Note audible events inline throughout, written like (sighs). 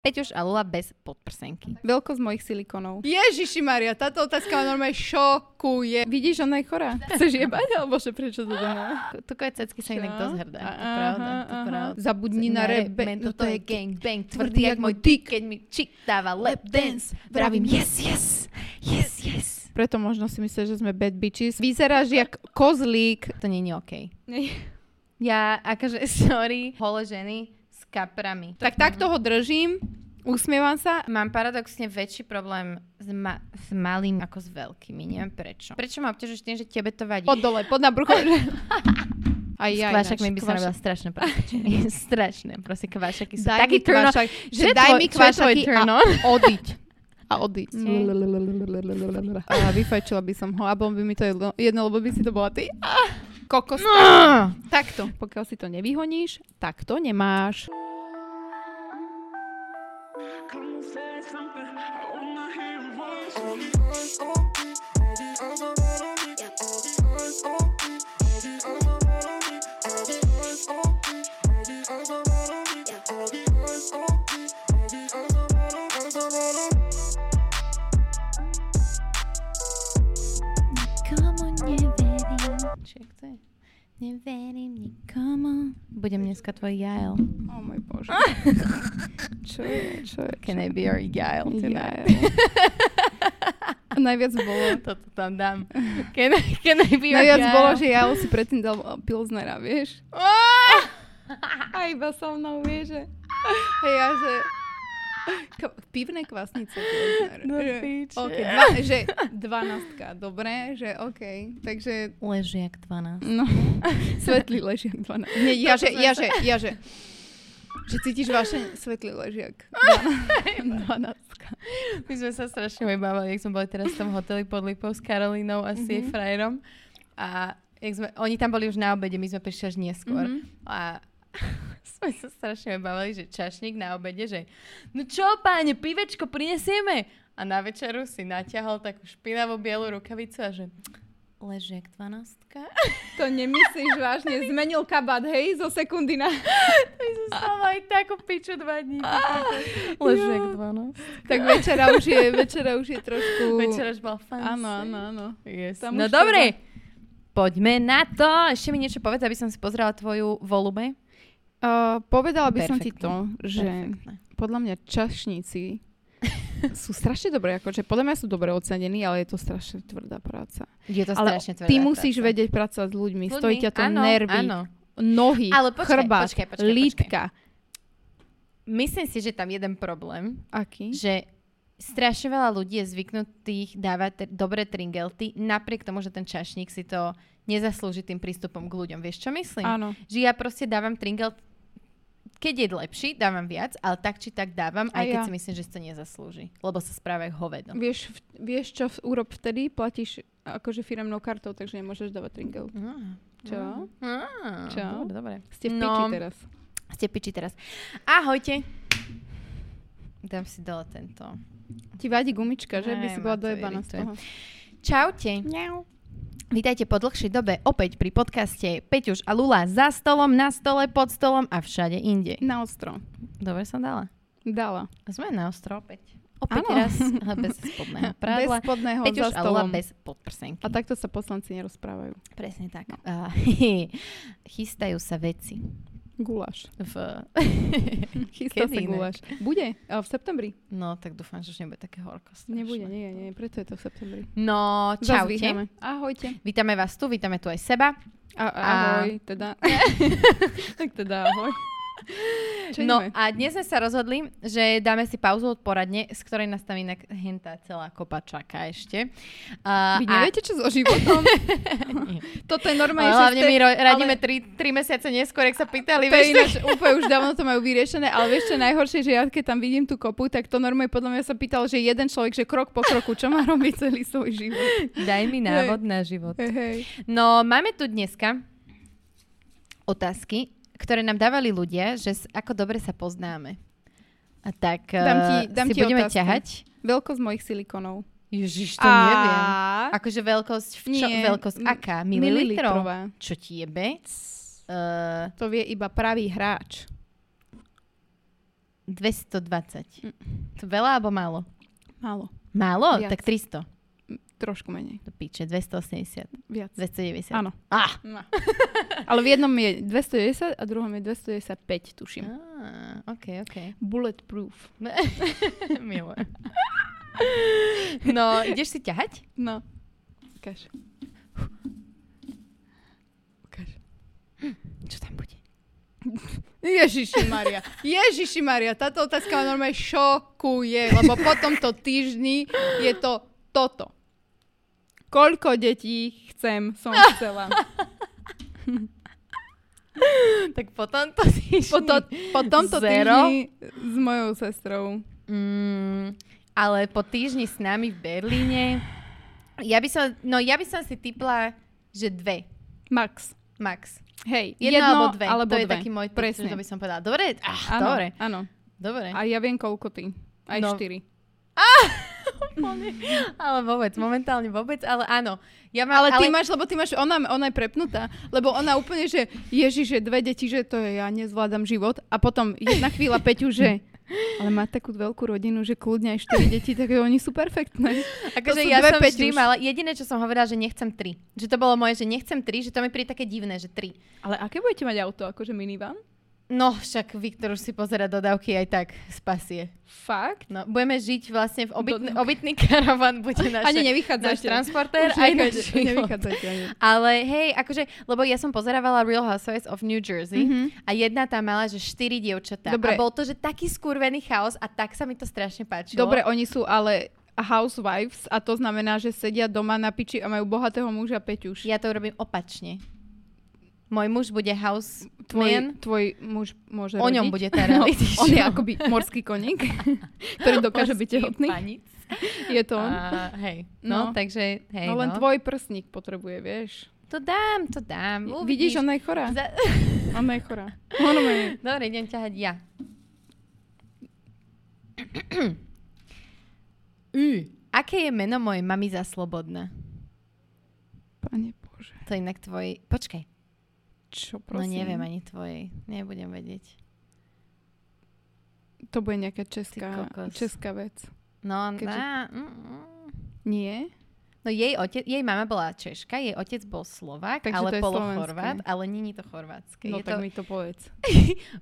Peťuš a Lula bez podprsenky. Veľkosť mojich silikónov. Ježiši Maria, táto otázka ma normálne šokuje. Vidíš, ona je chorá. (laughs) Chceš jebať? Alebo že prečo to dáme? Tukové cecky sa inak Čo? dosť hrdá. To je Aha, pravda, to je aha. pravda. Zabudni na rebe. men, No toto je ge- gang bang, tvrdý jak môj dick, keď mi chick dáva lap dance. Vravím yes, yes, yes, yes. Preto možno si myslíš, že sme bad bitches. Vyzeráš jak kozlík. To nie je okej. Ja, akože, (laughs) sorry, hole ženy s kaprami. Tak takto ho držím, usmievam sa. Mám paradoxne väčší problém s, ma- s malým ako s veľkými, neviem prečo. Prečo ma obťažuješ tým, že tebe to vadí? Pod dole, pod na (laughs) brucho. Aj ja kvašak ináč, mi by sa robila strašné (laughs) práčenie. strašné, proste kvašaky sú Daj taký mi turn on. kvašak, Čo že je daj tvoj- mi čo je tvoj kvašaky turn a on? (laughs) odiť. A odiť. Mm. A vyfajčila by som ho, alebo by mi to jedlo- jedno, lebo by si to bola ty. Ah. No. Kokos. (laughs) Takto. Pokiaľ si to nevyhoníš, tak to nemáš. Nikomu neverím. Či jak to je? Neverím nikomu. Budem dneska tvoj Jael. O oh, môj (laughs) bože. čo je, čo je? Can I be your Jael tonight? (laughs) Najviac bolo, (laughs) Toto tam dám. Can I, can I be your najviac Jael? bolo, (laughs) že ja si predtým dal pilznera, vieš? Á! A iba so mnou, vieš, že... Hej, ja, že... K- pivné kvasnice. Pilsner. Do Že- piče. OK, dva, že dvanástka, dobre, že OK. Takže, Leží jak 12. (laughs) no, (laughs) svetlý ležiak 12. Nie, ja, že, ja, že, ja, že, že cítiš vaše svetlý ležiak 12. My sme sa strašne vybávali, jak sme boli teraz v tom hoteli pod Lipou s Karolínou a s jej Mhm. frajerom. A jak sme, oni tam boli už na obede, my sme prišli až neskôr. Mhm. A (laughs) sme sa strašne vybávali, že čašník na obede, že no čo páne, pivečko prinesieme. A na večeru si natiahol takú špinavú bielu rukavicu a že ležiek (laughs) 12. To nemyslíš vážne, zmenil kabát, hej, zo sekundy na... My sme stále aj takú piču dva dní. Ah, Ležiek 12. Tak večera už je, večera už je trošku... Večera už bol fancy. Áno, áno, áno. Yes. Tam No už dobre, poďme na to. Ešte mi niečo povedz, aby som si pozrela tvoju volube. Uh, povedala by som ti Perfektne. to, že Perfektné. podľa mňa (laughs) čašníci sú strašne dobré, akože podľa mňa sú dobre ocenení, ale je to strašne tvrdá práca. Je to ale strašne tvrdá ty musíš práca. vedieť pracovať s ľuďmi, Ľudmi, stojí ťa to áno, nervy, Áno. nohy, Ale počkaj, chrbát, počkaj, počkaj, počkaj. lítka. Myslím si, že tam jeden problém, Aký? že strašne veľa ľudí je zvyknutých dávať tr- dobré tringelty, napriek tomu, že ten čašník si to nezaslúži tým prístupom k ľuďom. Vieš, čo myslím? Áno. Že ja proste dávam tringelt, keď je lepší, dávam viac, ale tak či tak dávam, aj Aj keď ja. si myslím, že si to nezaslúži. Lebo sa správa ako hovedo. Vieš, v- vieš čo v úrob vtedy? Platíš akože firemnou kartou, takže nemôžeš dávať tringel. Čo? Á, Čo? Mm. Dobre, dobre. Ste v No. piči teraz. Ste piči teraz. Ahojte. Dám si dole tento. Ti vadí gumička, že? By Aj, si ma bola to dojebaná irituje. z toho. Čaute. Miau. Vítajte po dlhšej dobe opäť pri podcaste Peťuš a Lula za stolom, na stole, pod stolom a všade inde. Na ostro. Dobre som dala. Dala. Sme na ostro opäť. Opäť Áno. (laughs) raz ale bez spodného Bez prádla. spodného za Peťuš a Lula stolom. bez podprsenky. No. A takto sa poslanci nerozprávajú. Presne tak. A, (laughs) chystajú sa veci. (laughs) Guláš. V... Chystá Kedy sa inak? guláš. Bude, a v septembri. No, tak dúfam, že už nebude také horko. strašné. Nebude, nie, nie, preto je to v septembri. No, Zas čaute. vyhráme. Ahojte. Vítame vás tu, vítame tu aj seba. A, a- (laughs) ahoj, teda. tak teda ahoj. Čo no ideme? a dnes sme sa rozhodli, že dáme si pauzu od poradne, z ktorej nás tam inak hentá celá kopa čaká ešte. Uh, Vy neviete, čo so (laughs) životom? (laughs) (laughs) Toto je ale normálne, No, hlavne my že ste- ro- radíme ale- 3 ale... mesiace neskôr, ak sa pýtali. to je vieš, (laughs) ináč tak- úplne už dávno to majú vyriešené, ale vieš čo je najhoršie, že ja keď tam vidím tú kopu, tak to normálne podľa mňa sa pýtal, že jeden človek, že krok po kroku, čo má robiť celý svoj život. Daj mi návod na život. Hej, hej. No, máme tu dneska otázky, ktoré nám dávali ľudia, že s- ako dobre sa poznáme. A tak Dám ti- eh, dám si ti budeme otázky. ťahať. Veľkosť mojich silikónov. Ježiš, to A- neviem. Akože veľkosť, v čo, Nie, veľkosť m- aká? Mililitrov? mililitrová. Čo ti jebe? Uh, To vie iba pravý hráč. 220. Mm. To veľa alebo málo? Málo. Málo? Viac. Tak 300. Trošku menej. To píče, 280, Viac. 290. Áno. Ah! No. (laughs) Ale v jednom je 210 a druhom je 295, tuším. Á, OK, (laughs) OK. Bulletproof. (laughs) Milé. No, ideš si ťahať? No. Ukáž. Ukáž. Čo tam bude? Ježiši Maria. Ježiši Maria, táto otázka ma normálne šokuje, lebo po tomto týždni je to toto. Koľko detí chcem, (laughs) som chcela. Tak potom to si Po, to, po tomto Zero? týždni s mojou sestrou. Mm, ale po týždni s nami v Berlíne, ja by som, no ja by som si typla, že dve, Max. max. Hej, Jedno, alebo dve. Alebo to dve. je taký môj typ, Presne. že to by som povedala. Dobre, ah, Áno, dobre, áno. dobre. A ja viem, koľko ty. Aj No. štyri. Ale vôbec, momentálne vôbec, ale áno. Ja mám, Ale, ty ale máš, lebo ty máš, ona, ona je prepnutá, lebo ona úplne, že ježiš, že dve deti, že to je, ja nezvládam život a potom jedna chvíľa Peťu, že (laughs) ale má takú veľkú rodinu, že kľudne aj štyri deti, tak oni sú (laughs) perfektné. akože to sú ja dve som vždy Peťuš. mala, jediné, čo som hovorila, že nechcem tri. Že to bolo moje, že nechcem tri, že to mi príde také divné, že tri. Ale aké budete mať auto, akože minivan? No, však Viktor už si pozera dodávky aj tak, spasie. Fakt? No, budeme žiť vlastne v obytný, Dodávky. obytný (laughs) karavan, bude naše, náš Ani nevychádzate. transportér, aj Už náš nevychádza- život. nevychádzate. ani. Ale hej, akože, lebo ja som pozerávala Real Housewives of New Jersey mm-hmm. a jedna tam mala, že štyri dievčatá. Mhm. Dobre. A bol to, že taký skurvený chaos a tak sa mi to strašne páčilo. Dobre, oni sú ale housewives a to znamená, že sedia doma na piči a majú bohatého muža Peťuš. Ja to robím opačne. Môj muž bude house Tvoj, man. tvoj muž môže O ňom rodiť. bude teda- tá (laughs) reality On je show. akoby morský koník, (laughs) ktorý dokáže byť tehotný. Panic. Je to on. A, hej. No, No. takže, hej, No len tvoj prsník potrebuje, vieš. To dám, to dám. Uvidíš. Vidíš, ona je chorá. No, Za- (laughs) Ona je chorá. Ona je... Dobre, idem ťahať ja. U. Aké je meno mojej mamy za slobodná? Pane Bože. To je inak tvoj... Počkaj, Prosím. Čo no prosím? neviem ani tvojej. Nebudem vedieť. To bude nejaká česká, Ty kokos. česká vec. No, Keďže- na, mm, mm. Nie? no jej, otec, jej mama bola Češka, jej otec bol Slovák, Takže to ale je polochorvát, slovenské. ale není to chorvátske. No je tak to mi to povedz.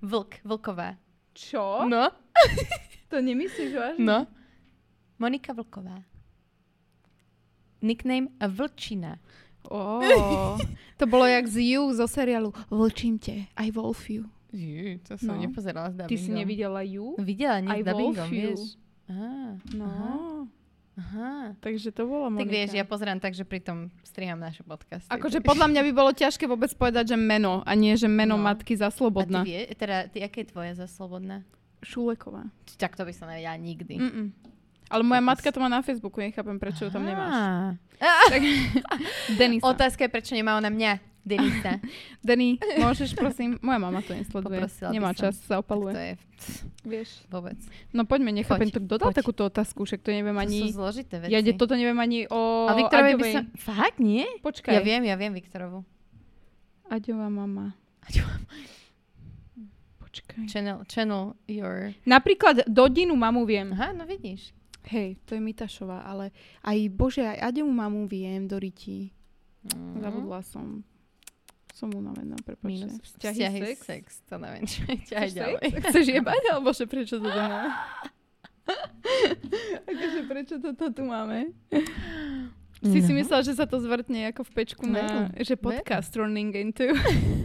vlk, vlková. Čo? No, To nemyslíš vážne? (laughs) no. Monika Vlková. Nickname Vlčina. Ó, to bolo jak z You zo seriálu Vlčím te, I wolf you. Jú, to som nepozerala s No. Ty si nevidela no, You? Videla nie I s dubbingom, wolf you. vieš. Á, No, aha, aha. takže to bola Monika. Tak vieš, ja pozerám tak, že pritom striham naše podcasty. Akože podľa mňa by bolo ťažké vôbec povedať, že meno a nie, že meno No. matky za A ty slobodná. vie, teda, ty, aké je tvoje za slobodná? Šuleková. Či Tak to by som nevedela nikdy. Mm-mm. Ale moja Kokos. matka to má na Facebooku, nechápem, Mm. prečo ju tam (laughs) nemáš. Á. (laughs) Denisa. Otázka je, prečo nemá ona mňa, (laughs) Denisa. Denny, môžeš prosím? Moja mama to nesleduje. Poprosila by Nemá som. čas, to sa opaluje. je pff, Vieš. vôbec. No poďme, nechápem, Poď, to dodal poď. takúto otázku, však to neviem To ani... sú zložité veci. Ja de, toto neviem ani o A Viktorovi by Aďovej. som... Fakt, nie? Počkaj. Ja viem, ja viem Viktorovu. Aďová mama. Aďová Počkaj. Channel, channel your... Napríklad Dodinu mamu viem. Aha, no vidíš. Hej, to je Mitašová, ale aj Bože, aj Aďovú mamu viem, Doriti. Mm. Zabudla som. Som unavená, prepáčte. Minus vzťahy, vzťahy sex. sex. To neviem, čo je ťahať Chceš ďalej. sex? Chceš jebať? Alebo že prečo to tu (laughs) máme? Akože prečo toto tu máme? Si si No. myslela, že sa to zvrtne ako v pečku na... Že veru. podcast Running into.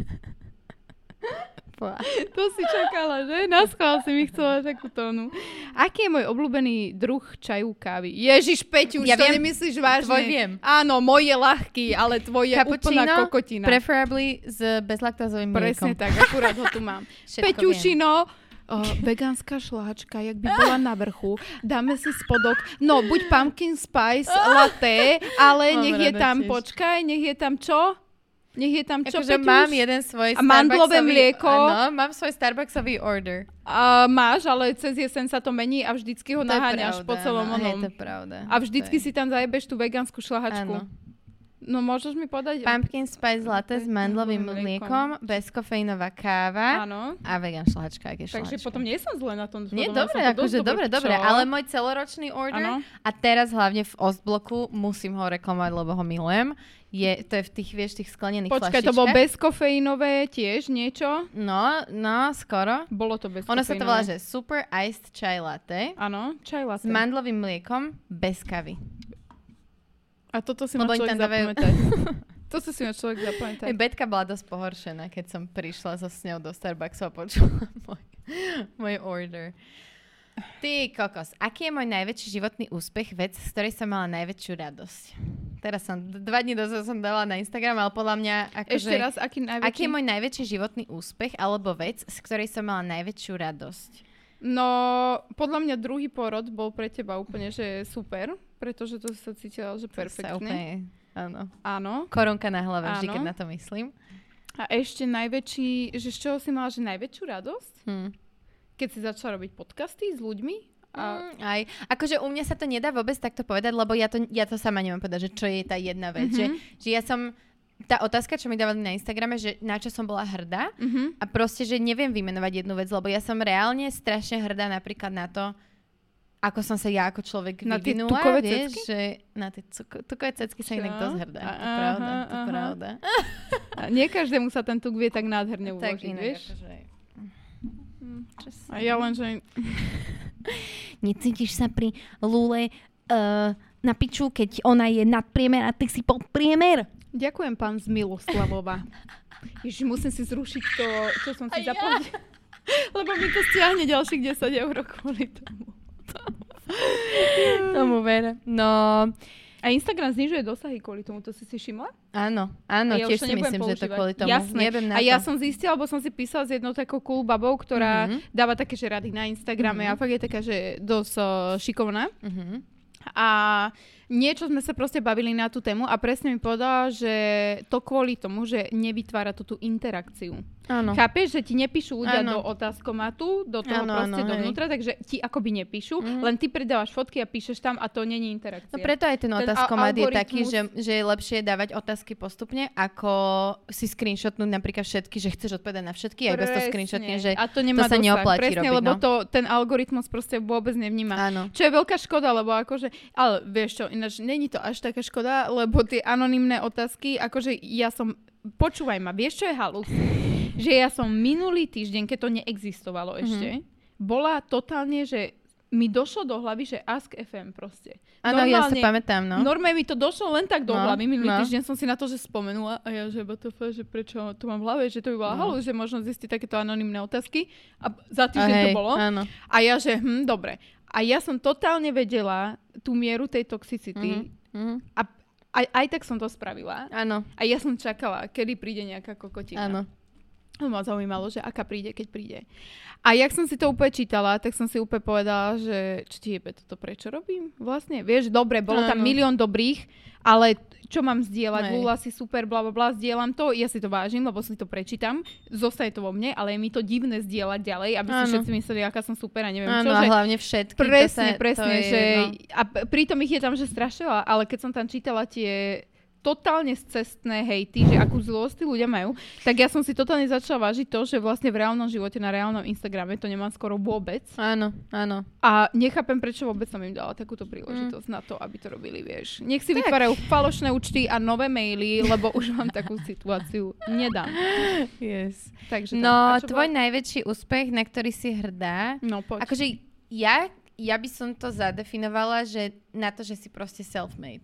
(laughs) Po- to si čakala, že? Na schvál si mi chcela takú tónu. Aký je môj obľúbený druh čaju kávy? Ježiš, Peťuš, Ja to viem. nemyslíš vážne. Tvoj viem. Áno, môj je ľahký, ale tvoj je úplná Cappuccino, kokotina. Preferably s bezlaktázovým mliekom. Presne tak, akurát ho tu mám. Všetko viem. Peťušino, uh, vegánska šláčka, jak by bola na vrchu. Dáme si spodok. No, buď pumpkin (laughs) spice latte, ale Mám nech je rada tam, tiež. počkaj, nech je tam čo? Nech je tam čo, Akože Peťuš? mám jeden svoj A mandlové Starbucksový- mlieko? Áno, mám svoj Starbucksový order. A máš, ale cez jesen sa to mení a vždycky To ho je naháňaš pravda, po celom áno, hej, onom. to je pravda. A To vždycky je- si tam zajebeš tú vegánsku šlahačku. Áno. No môžeš mi podať? Pumpkin spice latte s mandlovým Mandlovým mliekom, bezkofeínová káva Áno. a vegan šlahačka, aké Takže šlahačka. potom nie som zle na tom. Nie, dobre, podľa mňa som to dosť akože dobre, dobre, čo? ale môj celoročný order Áno. a teraz hlavne v Ostbloku musím ho reklamovať, lebo ho milujem. Je, to je v tých, vieš, tých sklenených Počkaj, flaštičkách. to bolo bezkofeínové tiež niečo? No, no, skoro. Bolo to bez Ono sa to volá, že Super Iced Chai Latte Áno, čaj s vlastne? latte. mandlovým mliekom bez kavy. A toto si Lebo ma oni človek No tam dávajú... zapamätá. (laughs) Toto si ma človek zapamätá. Aj Betka bola dosť pohoršená, keď som prišla so s ňou do Starbucksu a počula (laughs) môj, môj order. Ty kokos, aký je môj najväčší životný úspech, vec, z ktorej som mala najväčšiu radosť? Teraz som, d- dva dní dozadu som dala na Instagram, ale podľa mňa, akože, Ešte raz, aký najväčší? aký je môj najväčší životný úspech alebo vec, z ktorej som mala najväčšiu radosť? No, podľa mňa druhý porod bol pre teba úplne, že super, pretože to si sa cítila, že Sa perfektne. úplne, áno. Áno. Korunka na hlave vždy, Áno. keď na to myslím. A ešte najväčší, že z čoho si mala, že najväčšiu radosť? Hm. Keď si začala robiť podcasty s ľuďmi? A, Mm, aj. Akože u mňa sa to nedá vôbec takto povedať, lebo ja to, ja to sama nemám povedať, že čo je tá jedna vec. Mhm. Mm-hmm. Že, že ja som, tá otázka, čo mi dávali na Instagrame, že na čo som bola hrdá Mhm. a proste, že neviem vymenovať jednu vec, lebo ja som reálne strašne hrdá napríklad na to, ako som sa ja ako človek Na tie vyvinula, tukové vieš, cecky? že na tie cuko- tukové cecky sa inak Čo? dosť hrdá. To Aha, pravda, to aha. pravda. a nie každému sa ten tuk vie tak nádherne uložiť, (laughs) Tak inak, vieš? akože... Hm, čo si- A ja len, že... Necítiš sa pri Lule eh, uh, na piču, keď ona je nadpriemer a ty si podpriemer? Ďakujem, pán z Miloslavova. Ježiš, musím si zrušiť to, čo som si zapomnila. Lebo mi to stiahne ďalších 10 eur kvôli tomu. Tomu ver. No, A Instagram znižuje dosahy kvôli tomu, to si si všimla? Áno, áno, A No, ja tiež už to si nebudem myslím, že to používať. kvôli tomu. Jasné. Jebem na a ja to. som zistila, lebo som si písala s jednou takou cool babou, ktorá Mhm. dáva také, že rady na Instagrame a fakt je taká, že dosť uh, šikovná. Mhm. A niečo sme sa proste bavili na tú tému a presne mi povedala, že to kvôli tomu, že nevytvára tú, tú interakciu. Áno. Chápeš, že ti nepíšu ľudia No. Áno. do otázkomatu, do toho Áno, proste áno, hej. Mhm. dovnútra, takže ti akoby nepíšu, len ty pridávaš fotky a píšeš tam a to není interakcia. No preto aj ten Ten otázkomat je taký, algoritmus- že, že je lepšie dávať otázky postupne, ako si screenshotnúť napríklad všetky, že chceš odpovedať na všetky, aj bez toho Presne. screenshotne, že a to, nemá sa dosah, neoplatí presne, robiť, lebo no. to, ten algoritmus proste vôbec nevníma. áno. Čo je veľká škoda, lebo akože, ale vieš čo, ináč není to až taká škoda, lebo tie anonymné otázky, akože ja som, počúvaj ma, vieš čo je halus? Že ja som minulý týždeň, keď to Mhm. neexistovalo ešte, bola totálne, že mi došlo do hlavy, že Ask FM proste. Áno, ja sa Normálne- pamätám, no. Normálne mi to došlo len tak do No, hlavy. Minulý no. týždeň som si na to, že spomenula a ja, že BTF, že prečo to mám v hlave, že to by bola No. halu, že možno zistiť takéto anonimné otázky. A A za týždeň to hej, bolo. Áno. A ja, že hm, dobre. A ja som totálne vedela tú mieru tej toxicity. Mhm. A aj, aj tak som to spravila. Áno, A ja som čakala, kedy príde nejaká kokotina. áno. To ma zaujímalo, že aká príde, keď príde. A jak som si to úplne čítala, tak som si úplne povedala, že čo ti jebe toto, prečo robím? Vlastne, vieš, dobre, bolo Áno. tam milión dobrých, ale čo mám Hej. zdieľať? Lula si super, bla, bla, bla, zdieľam to, ja si to vážim, lebo si to prečítam, zostaje to vo mne, ale je mi to divné zdieľať ďalej, aby si Áno. všetci mysleli, aká som super a neviem Áno, čo. a že- hlavne všetky. to Presne, sa, presne. to že, je, no. A p- pritom ich je tam, že strašila, ale keď som tam čítala tie totálne cestné hejty, že akú zlosť tí ľudia majú, tak ja som si totálne začala vážiť to, že vlastne v reálnom živote, na reálnom Instagrame to nemám skoro vôbec. no. Áno, áno. A nechápem, prečo vôbec som im dala takúto príležitosť na to, aby to robili, vieš. Nech si Mm. Tak. vytvárajú falošné účty a nové maily, lebo už mám takú situáciu. Nedám. (laughs) Yes. Takže tak. No, A čo tvoj bola- najväčší úspech, na ktorý si hrdá, No, poď. Akože ja, ja by som to zadefinovala, že na to, že si proste self-made.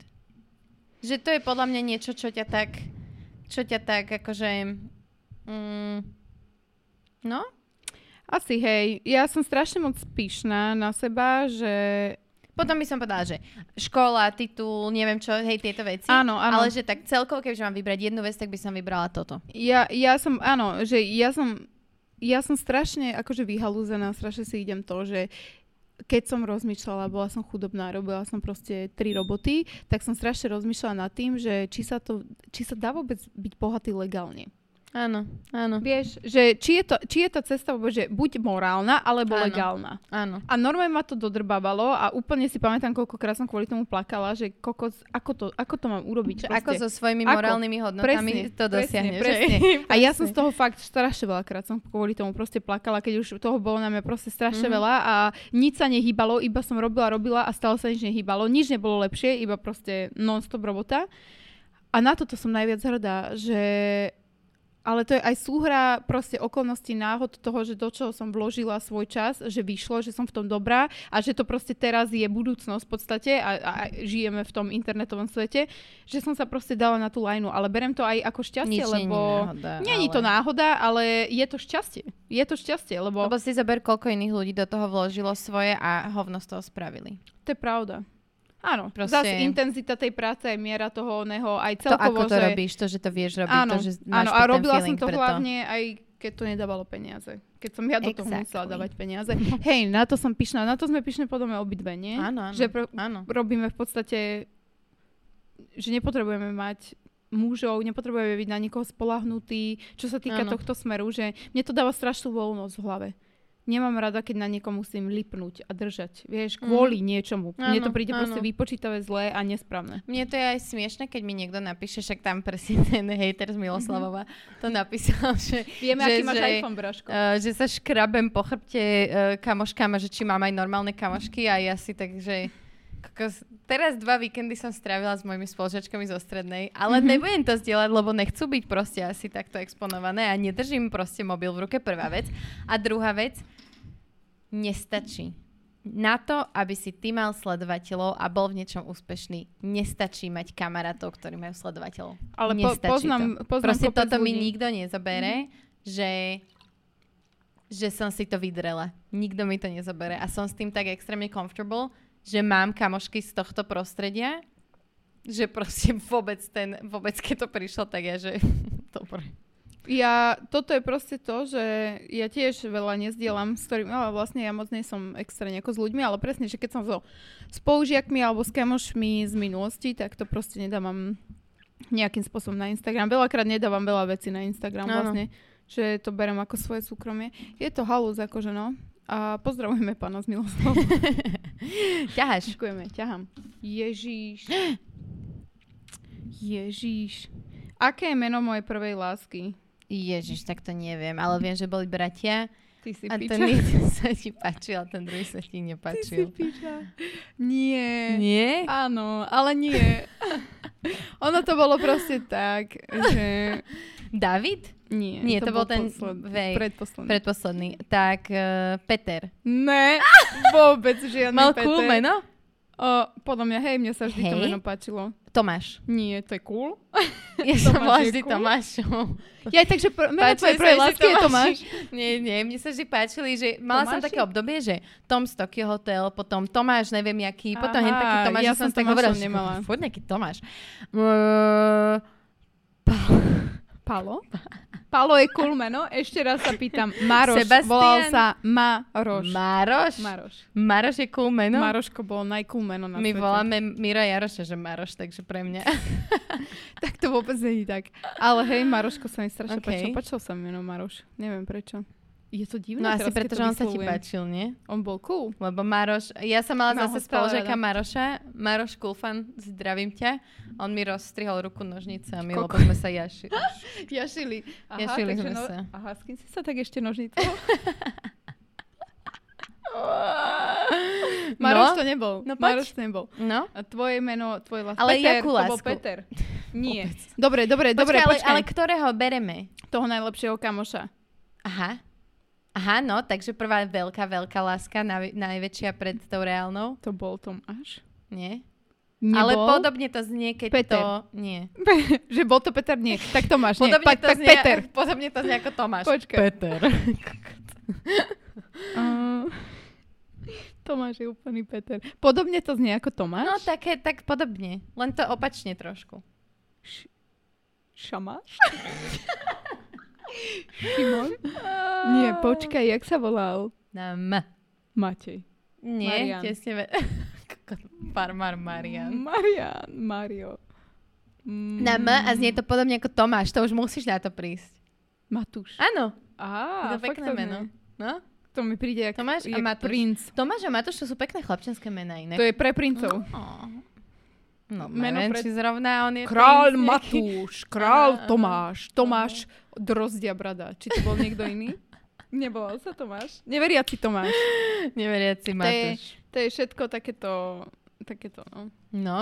Že to je podľa mňa niečo, čo ťa tak, čo ťa tak akože... Mm, no, Asi, hej. Ja som strašne moc pyšná na seba, že potom by som povedala, že škola, titul, neviem čo, hej, tieto veci. Áno, áno. Ale že tak celkovo, keďže mám vybrať jednu vec, tak by som vybrala toto. Ja, ja som, áno, že ja som, ja som strašne akože vyhalúzená, strašne si idem to, že keď som rozmýšľala, bola som chudobná, robila som proste tri roboty, tak som strašne rozmýšľala nad tým, že či sa, to, či sa dá vôbec byť bohatý legálne. Áno, áno, Vieš, že či je, to, či je tá cesta vôbec, že buď morálna, alebo Áno. legálna. áno. A normálne ma to dodrbávalo a úplne si pamätám, koľkokrát som kvôli tomu plakala, že kokos, ako, to, ako to mám Že urobiť. ako so svojimi Ako? morálnymi hodnotami Presne, to presne, dosiahneš. presne. hej? A ja som z toho fakt strašne veľakrát som kvôli tomu proste plakala, keď už toho bolo na mňa proste strašne mm-hmm. veľa a nič sa nehýbalo, iba som robila, robila a stále sa nič nehýbalo. Nič nebolo lepšie, iba proste non-stop robota. A na toto som najviac hrdá, že ale to je aj súhra proste okolností náhod toho, že do čoho som vložila svoj čas, že vyšlo, že som v tom dobrá a že to proste teraz je budúcnosť v podstate a, a a žijeme v tom internetovom svete, že som sa proste dala na tú lajnu. Ale berem to aj ako šťastie, Nič nie je lebo... náhoda. Není no. ale- to náhoda, ale je to šťastie. Je to šťastie, lebo, Lebo si zober, koľko iných ľudí do toho vložilo svoje a hovno z toho spravili. to je pravda. Áno, Proste- Proste... zase intenzita tej práce, aj miera toho oného, aj To, ako celkovo, to že... robíš, to, že to vieš robiť, áno, to, že máš áno, pre a ten robila som feeling to pre hlavne aj keď to nedávalo peniaze. Keď som ja do toho Exactly. musela dávať peniaze. Hej, na to som pyšná, na to sme pyšné podľa mňa obidve, nie? Áno, áno. Že pro- áno. robíme v podstate, že nepotrebujeme mať mužov, nepotrebujeme byť na niekoho spolahnutý, čo sa týka Áno. ano. tohto smeru, že mne to dáva strašnú voľnosť v hlave. Nemám rada, keď na niekom musím lipnúť a držať, vieš, kvôli niečomu. Mne Áno, to príde proste áno. vypočítavé zlé a nesprávne. Mne to je aj smiešne, keď mi niekto napíše, však tam presne ten hejter z Miloslavova Mhm. to napísal, (laughs) že, Vieme, že, aký máš že, iPhone, Braško. eh, že sa škrabem po chrbte eh, kamoškám a že či mám aj normálne kamošky a ja si tak, že kokos, teraz dva víkendy som strávila s mojimi spoločačkami zo strednej, ale mm-hmm. nebudem to zdieľať, lebo nechcú byť proste asi takto exponované a nedržím proste mobil v ruke, prvá vec. A druhá vec, nestačí. Na to, aby si ty mal sledovateľov a bol v niečom úspešný, nestačí mať kamarátov, ktorí majú sledovateľov. Ale po- nestačí poznám, to. poznám Proste kopec toto mi ľudí. Mhm. nikto nezabere, že že som si to vydrela. Nikto mi to nezabere. A som s tým tak extrémne comfortable, že mám kamošky z tohto prostredia, že proste vôbec ten, vôbec keď to prišlo, tak ja, že (laughs) dobre. Ja, toto je proste to, že ja tiež veľa nezdielam s ktorými, ale vlastne ja moc nie som extra nejako s ľuďmi, ale presne, že keď som so spolužiakmi alebo s kamošmi z minulosti, tak to proste nedávam nejakým spôsobom na Instagram. Veľakrát nedávam veľa vecí na Instagram Áno. vlastne, že to berem ako svoje súkromie. Je to halúz, akože no. A pozdravujeme pána z Miloslava. Ťaháš. Ďakujeme, ťahám. Ježíš. Ježíš. Aké je meno mojej prvej lásky? Ježiš, tak to neviem, ale viem, že boli bratia Ty si a piča. ten jeden (laughs) sa ti páčil a ten druhý sa ti nepáčil. piča. Nie. Nie? Áno, ale nie. ono to bolo proste tak, že... David? Nie, Nie, to bol ten posled- vej. predposledný. Predposledný. Tak eh, Peter. Ne, vôbec žiadny Mal Peter. cool meno? O, podľa mňa, hej, mne sa vždy to Hej. meno páčilo. (laughs) Tomáš. Nie, to je cool. Ja som vlastne Tomáš bola je vždy cool? Tomášom. Ja, takže pr- meno Páčili sa tvojej prvej mi, že lásky je Tomáš. (laughs) Nie, nie, mne sa vždy páčili, že mala som Tomáši? také obdobie, že Tom z Tokyo Hotel, potom Tomáš, neviem jaký, potom Aha, hen taký Tomáš, ja že som, som si tak Tomášov hovorila, že nemala. furt nejaký Tomáš. Uh, Palo? Palo je cool meno. Ešte raz sa pýtam. Maroš. Sebastian? Volal sa Maroš. Maroš. Maroš. Maroš je cool meno. Maroško bolo najcool meno na No. My svete. voláme Miro Jaroša, že Maroš, takže pre (laughs) mňa. Tak to vôbec není tak. Ale hej, Maroško sa mi strašne Okej. okay. páčilo. Páčilo sa mi meno no, Maroš. Neviem prečo. Je to divné No asi teraz, preto, keď že to on sa ti vyslovujem. páčil, nie? On bol cool. Lebo Maroš, ja som mala Mám ho zase stále spoložiaka rada. Maroša, Maroš Kulfan, zdravím ťa. On mi rozstrihol ruku nožnicami, Koko. lebo sme sa (gasps) jašili. Jašili. Aha, Jašili takže no- sme sa. Aha, s kým si sa tak ešte (laughs) nožnicou? Maroš to nebol. No poď. Maroš to nebol. No? A tvoje meno, tvoje lásky. Ale Peter, jakú to bol lásku? (laughs) Peter. Nie. Vôbec. Dobre, dobre, dobre, Počkaj, ale, počkaj. ale ktorého bereme? Toho najlepšieho kamoša. Aha. Aha, no, takže prvá veľká, veľká láska, naj, najväčšia pred tou reálnou. To bol Tomáš. Nie? Nebol? Ale podobne to znie, keď Peter. to... Nie. že bol to Peter? Nie. Tak Tomáš, nie. Podobne, Pak, to tak znie, Peter. (laughs) podobne to znie ako Tomáš. Počkaj. Peter. Uh, Tomáš je úplný Peter. Podobne to znie ako Tomáš. No také, tak podobne. Len to opačne trošku. Šamáš? Šimon? Nie, počkaj, jak sa volal? Na M. Matej. Nie, Marian. tesne... (laughs) ve- Kokot, Farmár Marian. Marian, Mario. Mm, Na M a znie to podobne ako Tomáš. To už musíš na to prísť. Matúš. Áno, Á, je to pekné meno. No? To mi príde, jak, Tomáš a jak Matúš. princ. Tomáš a Matúš, to sú pekné chlapčenské mená inak. To je pre princov. No, meno neviem, pred- či zrovna on je... Král princ nejaký. Matúš, král Áno, Tomáš, Tomáš Drozdia brada. Či to bol niekto (laughs) iný? Nebol sa Tomáš. Neveriaci Tomáš. Neveriaci Matúš. To je všetko takéto... Takéto, no. No,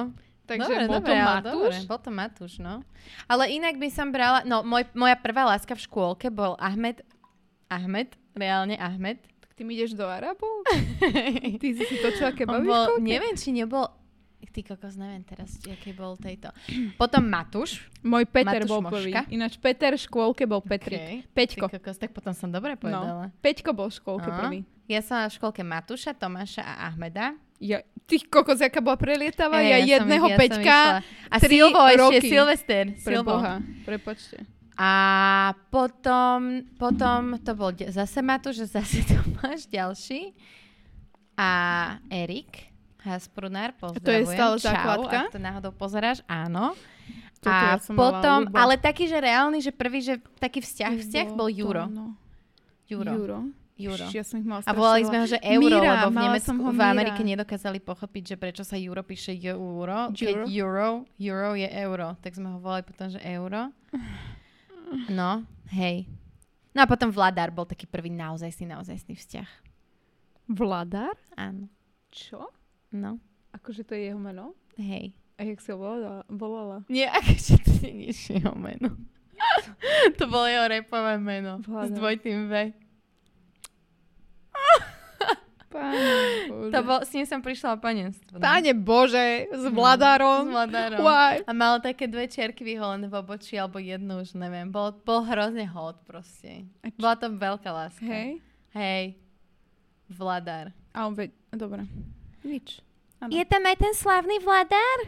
Takže bol to ale Matúš. Dobre, bol to Matúš, no. Ale inak by som brala, no moj, moja prvá láska v škôlke bol Ahmed, Ahmed, reálne (laughs) Ahmed. Tak Ty mi ideš do Arabov? Ty si si točila On kebaby bol, neviem, či nebol, ty kokos, neviem teraz, aký bol tejto. Potom Matúš. Môj Peter Matúš bol Moška. prvý. Ináč Peter v škôlke bol Petrik. Okej. Peťko. Ty kokos, tak potom som dobre No. povedala. Peťko bol v škôlke Á. prvý. Ja som mala v škôlke Matúša, Tomáša a Ahmeda. Ja, ty kokos, aká bola prelietava, ja, Ej, som jedného ich- ja som Peťka. išla. A tri Silvo ešte, roky. Silvester. Pre Silvo. Boha, prepačte. A potom, potom to bol de- zase Matúš, a zase (laughs) Tomáš ďalší. A Erik Hasprunár, pozdravujem. to je stále Čau, základka? Ak to náhodou pozeráš, áno. Toto a ja som mala potom, Luba. ale taký, že reálny, že prvý, že taký vzťah, vzťah bol Juro. No. Juro. Juro. Juro. Ježiš, Ja som ich mala A volali strašne sme veľa. ho, že euro, Míra, lebo v, mala Nemecku, som ho v Míra. Amerike nedokázali pochopiť, že prečo sa euro píše euro, keď Euro. euro, euro je euro. Tak sme ho volali potom, že euro. No, hej. No a potom Vladar bol taký prvý naozajstný, naozajstný vzťah. Vladar? Áno. Čo? No, Akože to je jeho meno? hej. A jak si ho volala? volala? Nie, (laughs) akože to nie je jeho meno. (laughs) to bolo jeho repové meno. Vladar. S dvojitým V. Páne Bože. To bol, s ním som prišla o panenstvo. no. Páne Bože, No, s S Vladarom. Vladarom. Why? A mal také dve čierky vyholené v obočí, alebo jednu už neviem. Bol, bol hrozne hot proste. A č- Bola to veľká láska. Hej. Hej. Vladar. A on ve... Dobre. Nič. Áno. Je tam aj ten slávny vladár?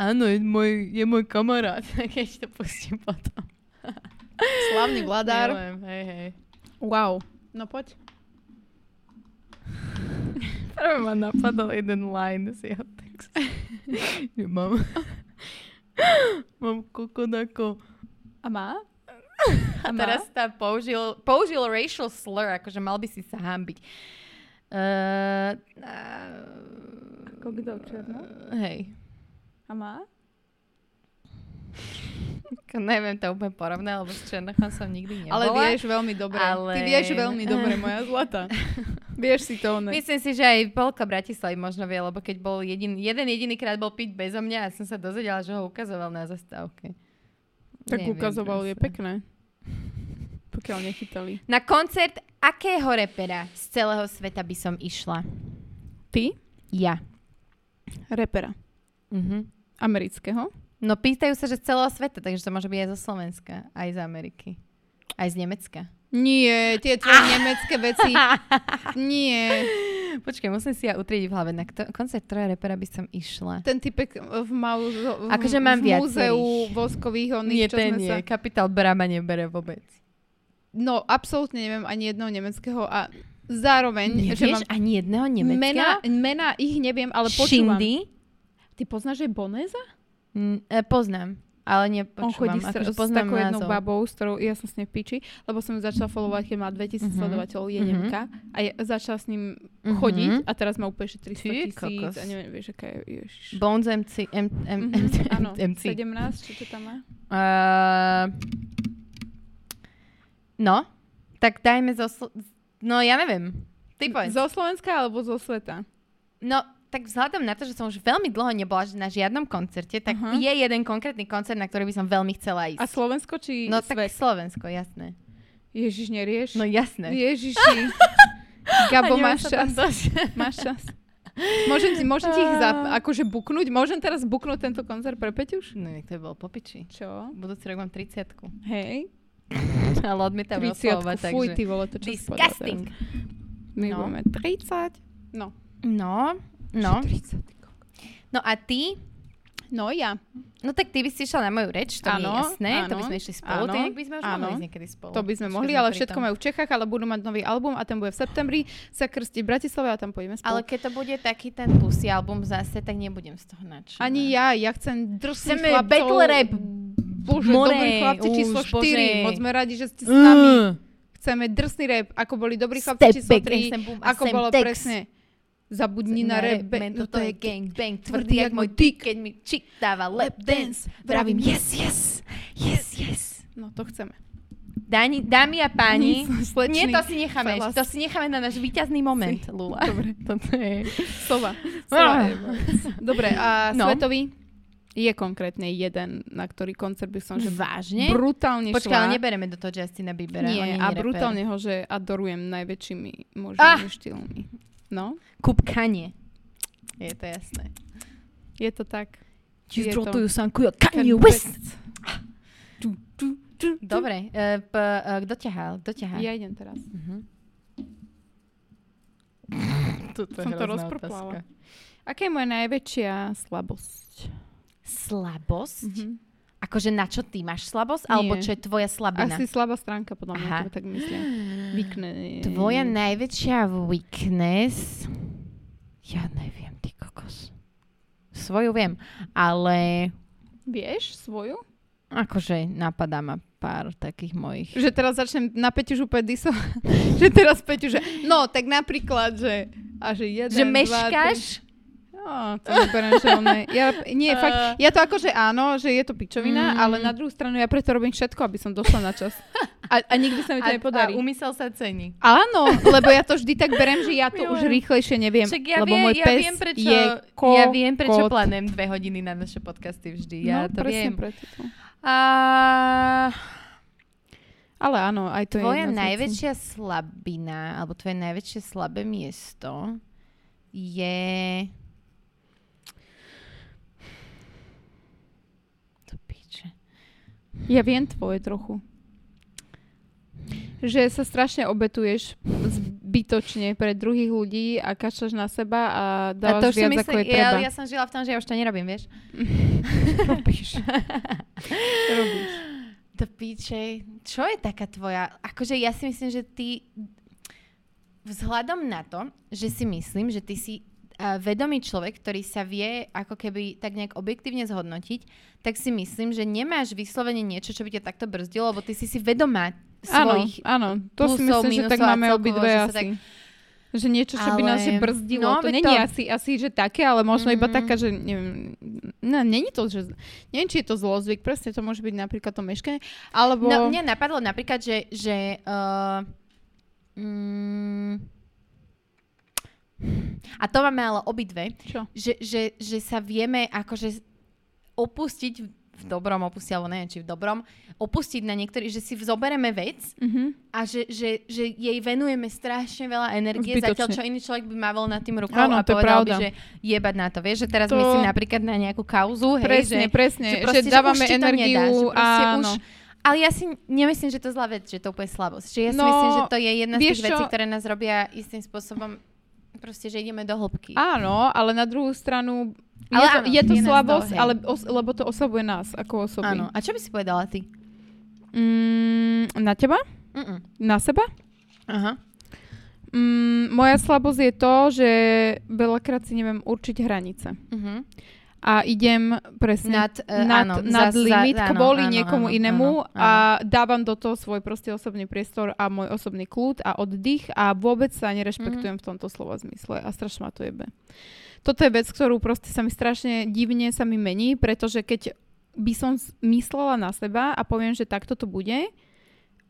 Áno, je môj, je môj kamarát, (laughs) keď to pustím potom. Slavný Vladar. Milujem, hej, hej. Wow. No poď. Práve ma napadol jeden line z jeho (laughs) textu. Že mám... (laughs) mám kokot ako... A má? A teraz tá použil, použil racial slur, akože mal by si sa hambiť. Uh, Ako kto, černo? hej. A má? Ako Neviem to úplne porovnať, lebo s Černochom som nikdy nebola. Ale vieš veľmi dobre. ale- Ty vieš veľmi dobre, moja (laughs) zlata. vieš si to ono. Myslím si, že aj Polka Bratislavy možno vie, lebo keď bol jedin, jeden jediný krát bol piť bezo mňa a som sa dozvedela, že ho ukazoval na zastávke. Tak Neviem ukazoval, je proste. pekné. Pokiaľ nechytali. Na koncert akého repera z celého sveta by som išla? Ty? Ja. Repera. Mhm. Amerického. No pýtajú sa, že z celého sveta, takže to môže byť aj zo Slovenska, aj z Ameriky, aj z Nemecka. Nie, tie tvoje nemecké (laughs) veci. Nie. Počkaj, musím si ja utriediť v hlave, na kto- koncert troja repera by som išla. Ten typek v, mauzo, v, Akože mám v múzeu viacerých. voskových oných, nie, čo ten sme nie. sa... Kapitál Brama nebere vôbec. No, absolútne neviem ani jednoho nemeckého a zároveň, že Nevieš mám ani jedného Nemecka? mena, mena ich neviem, ale počúvam. Shindy? Ty poznáš aj Boneza? Mm, e, poznám, ale On nepočúvam. chodí s, akože s poznám takou jednou názov. babou, s ktorou ja som s nej v piči, lebo som ju začala followovať, keď má 2000 Mhm. sledovateľov, je Mhm. Nemka a ja, začala s ním Mhm. chodiť a teraz má úplne že 300 Ty tisíc kokos. a neviem, vieš, aká je, ježiš. Bones MC. M, M, Mhm, M, Áno, MC. 17, či čo tam má? Uh, no, tak dajme zo... Sl- no, ja neviem. Ty povedz. Zo Slovenska alebo zo sveta? No, tak vzhľadom na to, že som už veľmi dlho nebola že na žiadnom koncerte, tak Aha. je jeden konkrétny koncert, na ktorý by som veľmi chcela ísť. A Slovensko či no, tak svet? Slovensko, jasné. Ježiš, nerieš? No, jasné. Ježiši. (laughs) A Gabo, nemám máš sa tam čas. dosť. (laughs) Ah. Máš čas. Môžem, ti, môžem ti ich za, akože buknúť? Môžem teraz buknúť tento koncert pre Peťuš? No, inak to by bolo popiči. Čo? Budúci rok mám 30 (laughs) Hej. Ale odmietam 30 oslovovať, fuj, takže... ty vole, to čo si povedala Disgusting. teraz. My No. budeme 30. No. No, no. 30. No a ty? No ja. No tak ty by si išla na moju reč, to mi Áno, je jasné. to by áno, sme išli spolu, áno, ty by sme už áno. mohli ísť niekedy spolu. To by Už sme keď mohli, No, sme ale pri všetko tom. majú v Čechách, ale budú mať nový album a ten bude v septembri sa krstiť v Bratislave a tam pôjdeme Ale spolu. keď to bude taký ten pusy album zase, tak nebudem z toho nadšená. Ani ja, ja chcem drsných Chceme chlapcov. battle rap. Bože, more. Mm. dobrý chlapci číslo už, 4. bože. Moc sme radi, že ste s Mm. nami. Chceme drsný rap, ako boli dobrí chlapci Step číslo back, sem 3. bum a Ako sem bolo text. presne. Zabudni na, rap, back, no to je gang. bang, tvrdý jak môj dick, keď mi chick dáva lap dance. Vravím yes, yes, yes, yes. No to chceme. Dáni, dámy a (laughs) páni, nie, Slečný to si necháme, falas. to si necháme na náš víťazný moment, Lula. Dobre. Toto je... (laughs) Sova. Ah. Sova. Dobre, a No. no. svetový je konkrétne jeden, na ktorý koncert by som že Vážne? brutálne Počkaj, šla. ale nebereme do toho Justina Biebera. on Nie, nie a je reper. brutálne ho, že adorujem najväčšími možnými Ah! štýlmi. No, Kupkanie. Je to jasné. je to tak. Či Je to- zrotujú sanku, ja Kanye West. Dobre, e, p, e, kto ťahal? Kto ťahal? Ja idem teraz. Mhm. (laughs) Toto je Som to hrozná rozprplala. otázka. Aká je moja najväčšia slabosť? Slabosť? Mhm. Akože na čo ty máš slabosť? Alebo čo je tvoja slabina? Asi slabá stránka, podľa mňa, Aha. to tak myslím. Vykne. Tvoja najväčšia weakness? Ja neviem, ty kokos. Svoju viem, ale Vieš svoju? akože napadá ma pár takých mojich. Že teraz začnem na Peťužu úplne diso. (laughs) že teraz Peťuže, no tak napríklad, že a že jeden, Že Dva, tri. meškáš? No, to neberiem, že on je- ja, (laughs) nie, fakt, ja to akože áno, že je to Mm. pičovina, ale na druhú stranu ja preto robím všetko, aby som došla na (laughs) čas. A, a nikdy sa mi to nepodarí. umysel sa cení. Áno, lebo ja to vždy tak berem, že ja to už Milujem. rýchlejšie neviem, Však ja, lebo vie, môj ja pes viem, prečo, je ko- ja viem, prečo kot. plánem dve hodiny na naše podcasty vždy. Ja no, to presne viem. preto to. A... Ale áno, aj to je Tvoja jedna z vecí. najväčšia slabina, alebo tvoje najväčšie slabé miesto je... To piče. Ja viem tvoje trochu. Že sa strašne obetuješ zbytočne pre druhých ľudí a kašľaš na seba a A to dávaš už si viac, ako je myslím, treba. No, ja, (laughs) ja som žila v tom, že ja už to nerobím, vieš? (laughs) (laughs) robíš. robíš. To píče, čo je taká tvoja... Akože ja si myslím, že ty... Vzhľadom na to, že si myslím, že ty si a, vedomý človek, ktorý sa vie ako keby tak nejak objektívne zhodnotiť, tak si myslím, že nemáš vyslovene niečo, čo by ťa takto brzdilo, lebo ty si si vedomá Áno, svojich... áno, to plusov, si myslím, že minusov tak a máme celkovo, obidve že sa asi. tak- Že niečo, čo by nás že Ale- brzdilo. no, to veď není to- Asi, asi, že také, ale možno iba Mhm. taká, že neviem, no, není to, že, neviem, či je to zlozvyk, presne to môže byť napríklad to meškanie, alebo... No, mne napadlo napríklad, že... že uh, mm, a to máme ale obidve, Čo? že, že, že sa vieme akože opustiť v- v dobrom opustiť, alebo neviem, či v dobrom, opustiť na niektorý, že si zobereme vec Mhm. a že, že, že jej venujeme strašne veľa energie, Zbytočne. zatiaľ čo iný človek by mával nad tým rukou Áno, a to je povedal by, pravda. že jebať na to, vieš, že teraz To- myslím napríklad na nejakú kauzu, hej, že, Presne, presne, že, že, proste, už dávame ti to energiu, nedá, že proste áno. Už, ale ja si nemyslím, že to je zlá vec, že to je úplne slabosť. Že ja si No, myslím, že to je jedna z vieš tých vecí, čo? ktoré nás robia istým spôsobom, proste, že ideme do hĺbky. Áno, ale na druhú stranu Ale ale je, to, áno, je to je nás slabosť, dole, hej. ale os, lebo to oslabuje nás ako osoby. Áno. A čo by si povedala ty? Mm, na teba? Mm-mm. Na seba? Aha. Mm, moja slabosť je to, že veľakrát si neviem určiť hranice. Mhm. A idem presne Nad, eh, áno, za- nad za- limit áno, áno, kvôli niekomu áno, inému áno, áno. a dávam do toho svoj proste osobný priestor a môj osobný kľud a oddych a vôbec Mhm. sa nerešpektujem v tomto slova zmysle a strašne ma to jebe. Toto je vec, ktorú proste sa mi strašne divne sa mi mení, pretože keď by som s- myslela na seba a poviem, že takto to bude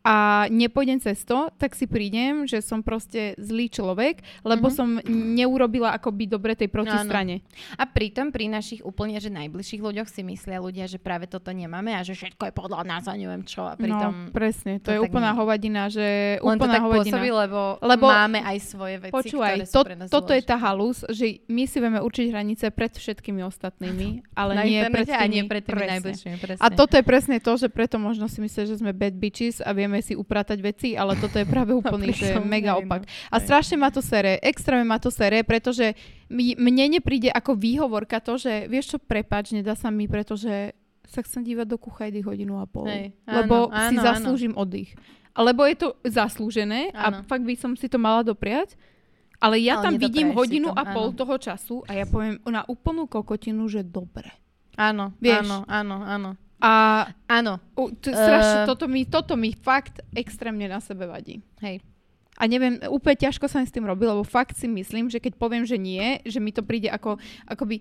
a nepôjdem cez to, tak si prídem, že som proste zlý človek, lebo Mhm. som neurobila akoby dobre tej protistrane. A pritom pri našich úplne že najbližších ľuďoch si myslia ľudia, že práve toto nemáme a že všetko je podľa nás a neviem čo. A no, pritom presne, to, to je tak nie úplná je. hovadina, že len to úplná tak hovadina. pôsobí, lebo, lebo Lebo- máme aj svoje veci, ktoré Počúvaj, sú to, pre nás toto je dôležité. tá halus, že my si vieme určiť hranice pred všetkými (laughs) ostatnými, ale na nie pred internete tými, a nie pred tými presne. najbližšími. Presne. A toto je presne to, že preto možno si myslíš, že sme bad bitches a vieme si upratať veci, ale toto je (laughs) práve úplný, že pritom mega hej, no. opak. A strašne ma to sere, extrémne ma to sere, pretože mi- mne nepríde ako výhovorka to, že vieš čo, prepač, nedá sa mi, pretože sa chcem dívať do kuchajdy hodinu a pol. Hej, áno, lebo áno, si áno. zaslúžim oddych. Lebo je to zaslúžené Áno. a fakt by som si to mala dopriať. Ale Ale ja tam nedopraješ vidím si hodinu to, a pol áno. toho času a ja poviem na úplnú kokotinu, že dobre. Áno, Vieš. áno, áno, áno. A Áno, u, t- Eh. strašne, toto, mi, toto mi fakt extrémne na sebe vadí. hej. A neviem, úplne ťažko sa mi s tým robí, lebo fakt si myslím, že keď poviem, že nie, že mi to príde ako, akoby...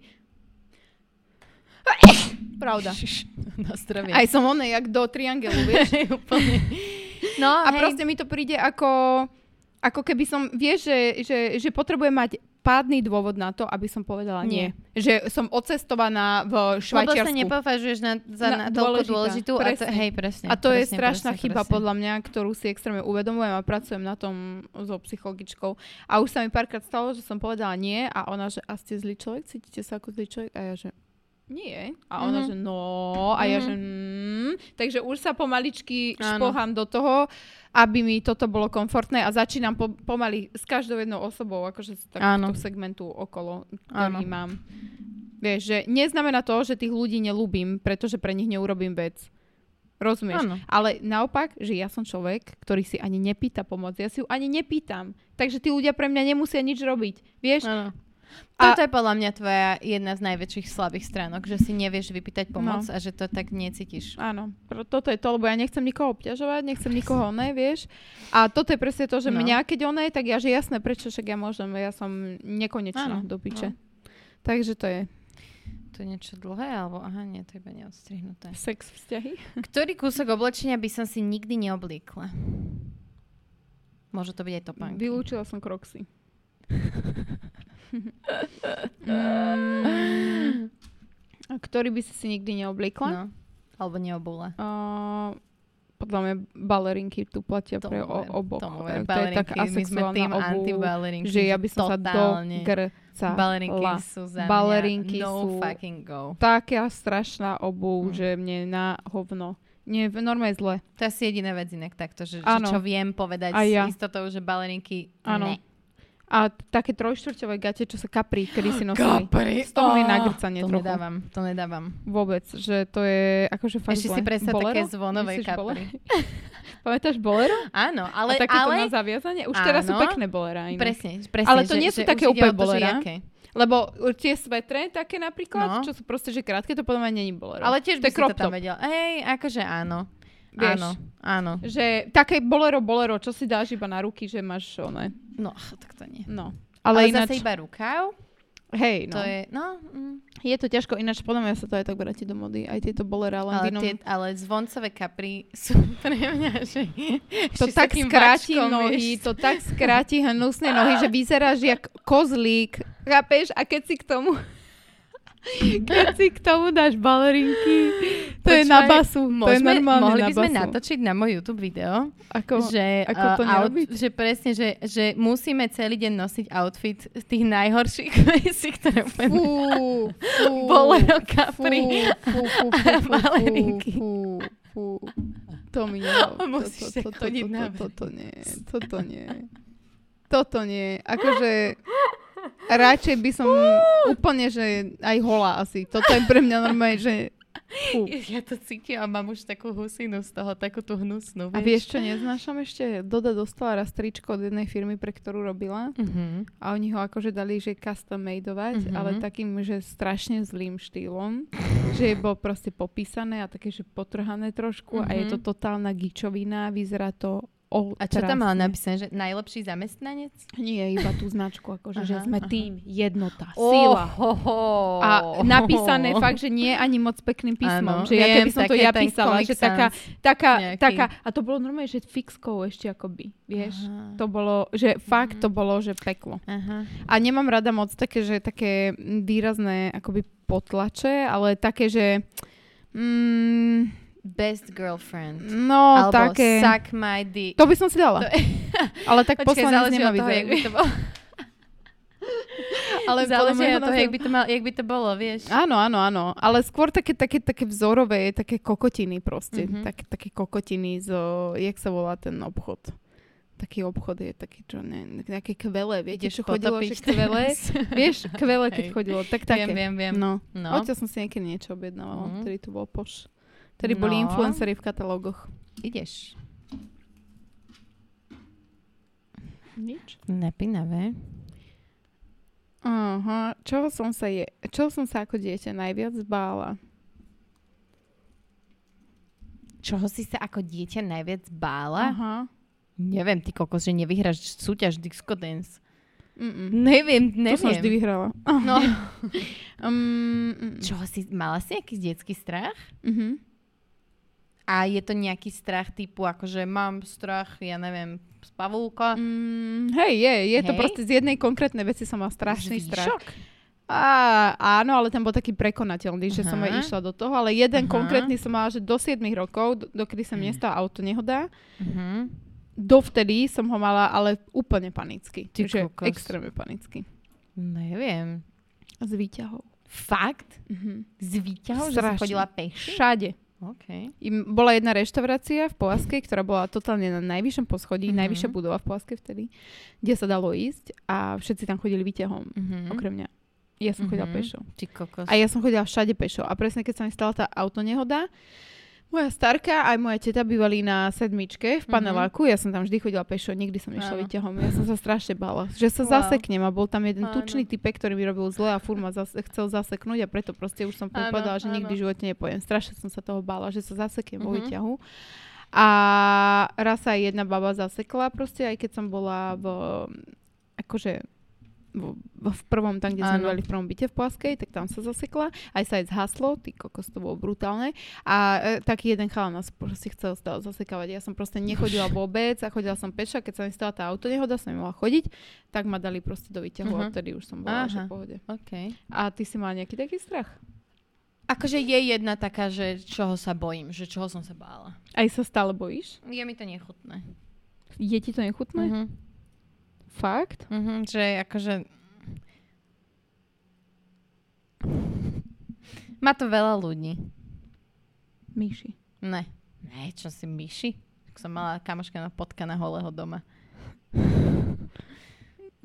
Pravda. Šiš, (laughs) na zdravie. Aj som onej, jak do triangelu, (laughs) vieš? úplne. No, A hej. proste mi to príde ako, ako keby som, vieš, že, že, že potrebujem mať pádny dôvod na to, aby som povedala nie. nie. Že som odcestovaná v Lebo sa Švajčiarsku. nepovažuješ na, za Na- na, toľko dôležitá, dôležitú. A to, presne. hej, presne. A to presne, je strašná presne, chyba presne. podľa mňa, ktorú si extrémne uvedomujem a pracujem na tom so psychologičkou. A už sa mi párkrát stalo, že som povedala nie a ona, že a ste zlý človek? Cítite sa ako zlý človek? A ja, že nie. A ona, Mhm. že no. A Mhm. ja, že mm. Takže už sa pomaličky Áno. špohám do toho, aby mi toto bolo komfortné a začínam po, pomaly s každou jednou osobou, akože z Áno. takto segmentu okolo, Áno. ktorý mám. Vieš, že neznamená to, že tých ľudí nelúbim, pretože pre nich neurobím vec. Rozumieš? Áno. Ale naopak, že ja som človek, ktorý si ani nepýta pomoc. Ja si ju ani nepýtam. Takže tí ľudia pre mňa nemusia nič robiť. Vieš? Áno. A- Toto je podľa mňa tvoja jedna z najväčších slabých stránok, že si nevieš vypýtať No. pomoc a že to tak necítiš. Áno, pro- toto je to, lebo ja nechcem nikoho obťažovať, (laughs) nechcem nikoho oné, vieš. A toto je presne to, že No. mňa keď oné, tak ja, že jasné, prečo však ja môžem, ja som Áno, nekonečná no. do piče. Takže to je To je niečo dlhé, alebo aha, nie, to je iba neodstrihnuté. sex vzťahy. Ktorý kúsok oblečenia by som si nikdy neobliekla? Môže to byť aj topánky. Vylúčila som kroxy. (laughs) A Mm. ktorý by si si nikdy neobliekla? No. No. Alebo neobula. Uh, podľa mňa balerinky tu platia pre o, oboch. Tomuver, to je tak balerinky, my sme asexuálna tým obuv, antiballerinky. že ja by som totálne. sa do grca. Balerinky sú za Balerinky mňa no sú- fucking go. Taká strašná Hm. obuv, že mne na hovno. Nie, v- normálne zle. To je asi jediná vec inak takto, že, že Áno. čo viem povedať Aj ja. s istotou, že balerinky Áno. ne. A t- také trojštvrťové gate, čo sa kapri, kedy si nosili. Z toho no mi na grcanie To trochu. nedávam, to nedávam. Vôbec, že to je akože fakt Ešte zle. si presne Bolero? také zvonové Myslíš kapry. Bolero? (laughs) Pamätáš bolero? Áno, ale, a takéto ale na zaviazanie? Už teraz sú Áno. pekné bolera inak. presne, presne. Ale že, to nie sú že také už ide o to, úplne že bolera. jaké. Lebo uh, tie svetre také napríklad, No. čo sú proste, že krátke, to podľa mňa není bolero. Ale tiež To by je si crop to tam top. vedela. Hej, akože áno. Vieš. Áno, áno. Že také bolero, bolero, čo si dáš iba na ruky, že máš one. No, ach, tak to nie. No. Ale, Ale, ináč, zase iba rukav, hej, to no. je, no, mm, Je to ťažko, ináč podľa mňa sa to aj tak vráti do mody, aj tieto bolera ale, Landinom. tie, ale zvoncové kapry sú (laughs) pre mňa, že... to ešte s tak takým skráti váčkom, nohy, vieš. to tak skráti hnusné nohy, že vyzeráš jak kozlík. Chápeš? A keď si k tomu keď si k tomu dáš balerinky, to je na Počúvaj, basu. To je Môžeme, normálne mohli na by sme basu. natočiť na môj YouTube video, Ako, že... že, ako to uh, nerobiť? že presne, že, že musíme celý deň nosiť outfit z tých najhorších (laughs) vecí, ktoré Fú, úplne fú, bolero fú, kapri. fú, fú, a fú, balerinky. fú, fú, fú. To (laughs) mi nerob. A musíš Toto- tak toto- chodiť toto- na Toto nie, toto nie. Toto nie. (laughs) Akože radšej by som úplne, že aj hola asi. Toto je pre mňa normálne, že... Fú. Ja to cítim a mám už takú husinu z toho, takú tú hnusnú. A vieš, čo neznášam ešte? Doda dostala raz tričko od jednej firmy, pre ktorú robila Mhm. a oni ho akože dali, že custom madeovať, Mhm. ale takým, že strašne zlým štýlom, že je bol proste popísané a také, že potrhané trošku a je Mhm. to totálna gičovina, vyzerá to o, A čo tam mala krásne. napísané, že najlepší zamestnanec? Nie, iba tú značku, akože, že Aha, sme aha. tým, jednota, Oh, sila. ho, ho. A (laughs) napísané fakt, že nie ani moc pekným Áno, písmom. že ja viem, keby som to také ja ten písala, Comic že taká, Sans taká, nejaký. taká, a to bolo normálne, že fixkou ešte akoby, vieš. Aha. To bolo, že fakt Mhm. to bolo, že peklo. Aha. A nemám rada moc také, že také výrazné akoby potlače, ale také, že mm, Best girlfriend. no Alebo také. suck my dick. To by som si dala. (laughs) ale tak poslanec záleží nemá od toho, jak by vyzerať. to bolo. (laughs) Ale podľa Záleží mňa od to, názoru. jak by to, mal, jak by to bolo, vieš. Áno, áno, áno. Ale skôr také, také, také vzorové, také kokotiny proste. Mhm. Mm-hmm. Tak, také kokotiny z, jak sa volá ten obchod. Taký obchod je taký, čo ne, nejaké kvele, viete, Ideš čo chodilo, potopiť že (laughs) kvele, teraz. vieš, kvele, keď Hej. chodilo, tak Viem, také. viem, viem. No. No. no. no. Odtiaľ som si niekedy niečo Mhm. objednávala, mm. ktorý tu bol poš. Tedy boli No. influencery v katalógoch. Ideš. Nič. Napínavé. Aha, čoho som sa, je, čoho som sa ako dieťa najviac bála? čoho si sa ako dieťa najviac bála? Aha. Neviem, ty kokos, že nevyhráš súťaž Disco Dance. Mm-mm. Neviem, To som vždy neviem. vyhrala. No, (laughs) Um, mm, čo si, mala si nejaký detský strach? mhm. A je to nejaký strach typu, akože mám strach, ja neviem, z pavúka. Mm, hej, je, je to Hej. proste z jednej konkrétnej veci som mala strašný Zvýšok. strach. Á, áno, ale ten bol taký prekonateľný, že som Aha. aj išla do toho, ale Aha. jeden Mm. konkrétny som mala, že do 7 rokov, do, dokedy sa mi nestala auto nehoda, Mhm. dovtedy som ho mala, ale úplne panicky. Ty Čiže kokos. extrémne panicky. Neviem. S výťahou. Fakt? Mhm. Z výťahov, že si Strašne. chodila peši? Všade. OK. Im bola jedna reštaurácia v Povaskej, ktorá bola totálne na najvyššom poschodí, Mhm. najvyššia budova v Povaskej vtedy, kde sa dalo ísť a všetci tam chodili výťahom, Mhm. okrem mňa. Ja som chodila Mhm. pešo. Ty kokos. A ja som chodila všade pešo. A presne keď sa mi stala tá autonehoda, moja starka aj moja teta bývali na sedmičke v paneláku. Ja som tam vždy chodila pešo, nikdy som Mhm. nešla Áno. výťahom. Ja som sa strašne bala, že Wow. sa zaseknem. A bol tam jeden Áno. tučný typek, ktorý mi robil zle a furt ma zase, chcel zaseknúť a preto proste už som Áno, povedala, že áno. nikdy v živote nepojem. Strašne som sa toho bála, že sa zaseknem Mhm. vo výťahu. A raz sa aj jedna baba zasekla proste, aj keď som bola v, akože v, v prvom, tam, kde sme Áno. bývali v prvom byte v Plaskej, tak tam sa zasekla. Aj sa aj zhaslo, ty kokos, to bolo brutálne. A e, taký jeden chalán nás proste chcel stále zasekávať. Ja som proste nechodila vôbec a chodila som pešo, a keď sa mi stala tá autonehoda, som nemohla chodiť, tak ma dali proste do výťahu Mhm. a vtedy už som bola že Aha. v pohode. OK. A ty si mala nejaký taký strach? Akože je jedna taká, že čoho sa bojím, že čoho som sa bála. Aj sa stále bojíš? Je mi to nechutné. Je ti to nechutné? Mhm. Fakt? Mhm, že akože... Má to veľa ľudí. Myši. Ne. Ne, čo si myši? Tak som mala kamoška na potka na holého doma.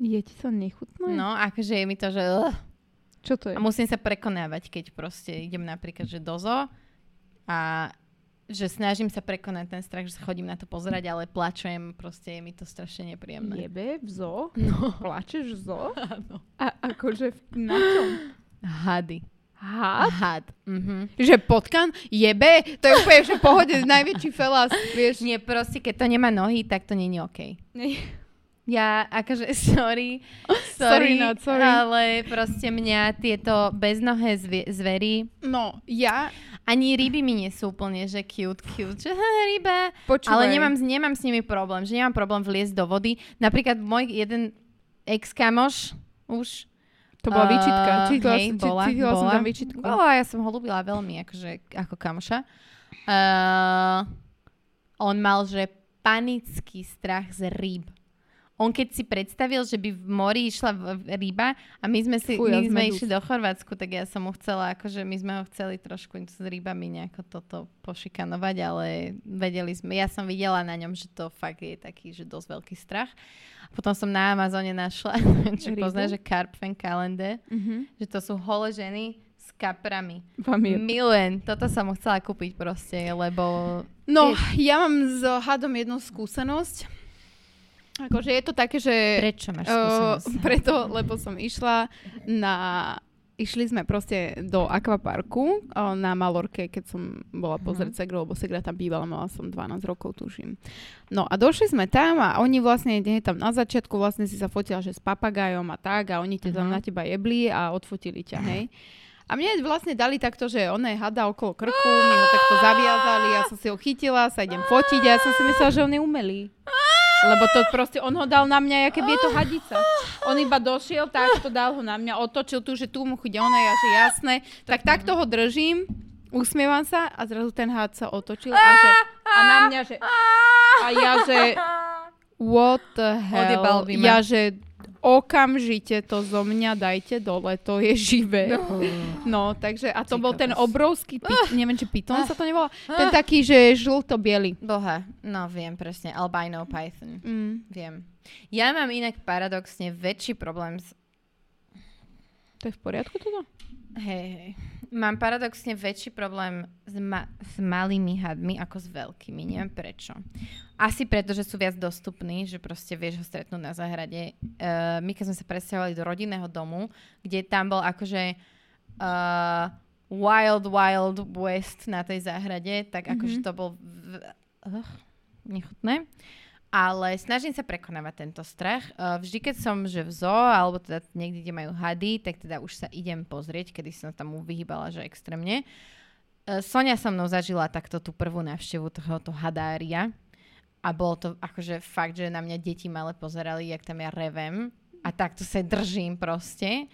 Je ti to nechutné? No, akože je mi to, že... ugh. Čo to je? A musím sa prekonávať, keď proste idem napríklad, že dozo a že snažím sa prekonať ten strach, že sa chodím na to pozerať, ale plačujem, proste je mi to strašne nepríjemné. Jebe v zoo? No. Plačeš v zoo? (laughs) Áno. A akože v- na čom? Hady. Had? Had. Mhm. (laughs) Že potkan? Jebe? To je úplne že v pohode, najväčší felas, vieš. Nie, proste, keď to nemá nohy, tak to není OK. Nie. Ja, akože, (laughs) sorry, sorry, Sorry, not sorry. ale proste mňa tieto beznohé zvie- zvery, No, ja ani ryby mi nie sú úplne, že cute, cute, že (laughs) ha, ryba, počúvaj. ale nemám, s- nemám s nimi problém, že nemám problém vliesť do vody. Napríklad môj jeden ex-kamoš už To Eh, bola výčitka. Cítila, hej, som, či- bola, cítila som bola. tam výčitku. Bola, ja som ho ľúbila veľmi, akože, ako kamoša. Uh, on mal, že panický strach z rýb. On keď si predstavil, že by v mori išla v- v- ryba a my sme, si, Fuj, a my z sme medúz. išli do Chorvátsku, tak ja som mu chcela, akože my sme ho chceli trošku s rybami nejako toto pošikanovať, ale vedeli sme, ja som videla na ňom, že to fakt je taký, že dosť veľký strach. Potom som na Amazone našla, (laughs) čo Rybu? poznáš, že Carpen Calende Mhm. že to sú hole ženy s kaprami. Vám je. Milujem, toto som mu chcela kúpiť proste, lebo... No, ja mám s hadom jednu skúsenosť. Akože je to také, že... Prečo máš Eh, skúsenosť? (laughs) preto, lebo som išla na... Išli sme proste do akvaparku eh, na Malorke, keď som bola Mhm. pozrieť Segru, lebo Segra tam bývala, mala som 12 rokov, tuším. No a došli sme tam a oni vlastne hneď tam na začiatku vlastne si sa fotila, že s papagajom a tak a oni te tam Mhm. na teba jebli a odfotili ťa, hej. A mne vlastne dali takto, že ona je hada okolo krku, mi ho takto zaviazali, ja som si ho chytila, sa idem fotiť a ja som si myslela, že on je umelý. Lebo to proste, on ho dal na mňa, aké je to hadica. On iba došiel, takto dal ho na mňa, otočil tu, že tu mu chude ona, ja že jasné. Tak takto ho držím, usmievam sa a zrazu ten had sa otočil a, že, a na mňa, že... A ja, že... What the hell? Odjebal by ma. Ja, že okamžite to zo mňa dajte dole, to je živé. No, takže, a to Ty bol ten kokos. obrovský, pit, neviem, či pitón sa to nevolá, ten taký, že žlto-bielý. Boha, no viem presne, albino python. Mm, Viem. Ja mám inak paradoxne väčší problém s... to je v poriadku teda? toto? Hej, hej. Mám paradoxne väčší problém s, ma- s malými hadmi ako s veľkými, neviem prečo. Asi preto, že sú viac dostupní, že proste vieš ho stretnúť na záhrade. Uh, my keď sme sa presťahovali do rodinného domu, kde tam bol akože uh, Wild Wild West na tej záhrade, tak akože to bol v, uh, nechutné. Ale snažím sa prekonávať tento strach. Uh, vždy, keď som že v zoo, alebo teda niekde, kde majú hady, tak teda už sa idem pozrieť, kedy som tam vyhýbala, že extrémne. Uh, Sonia so mnou zažila takto tú prvú návštevu tohoto hadária. A bolo to akože fakt, že na mňa deti malé pozerali, jak tam ja revem. A takto sa držím proste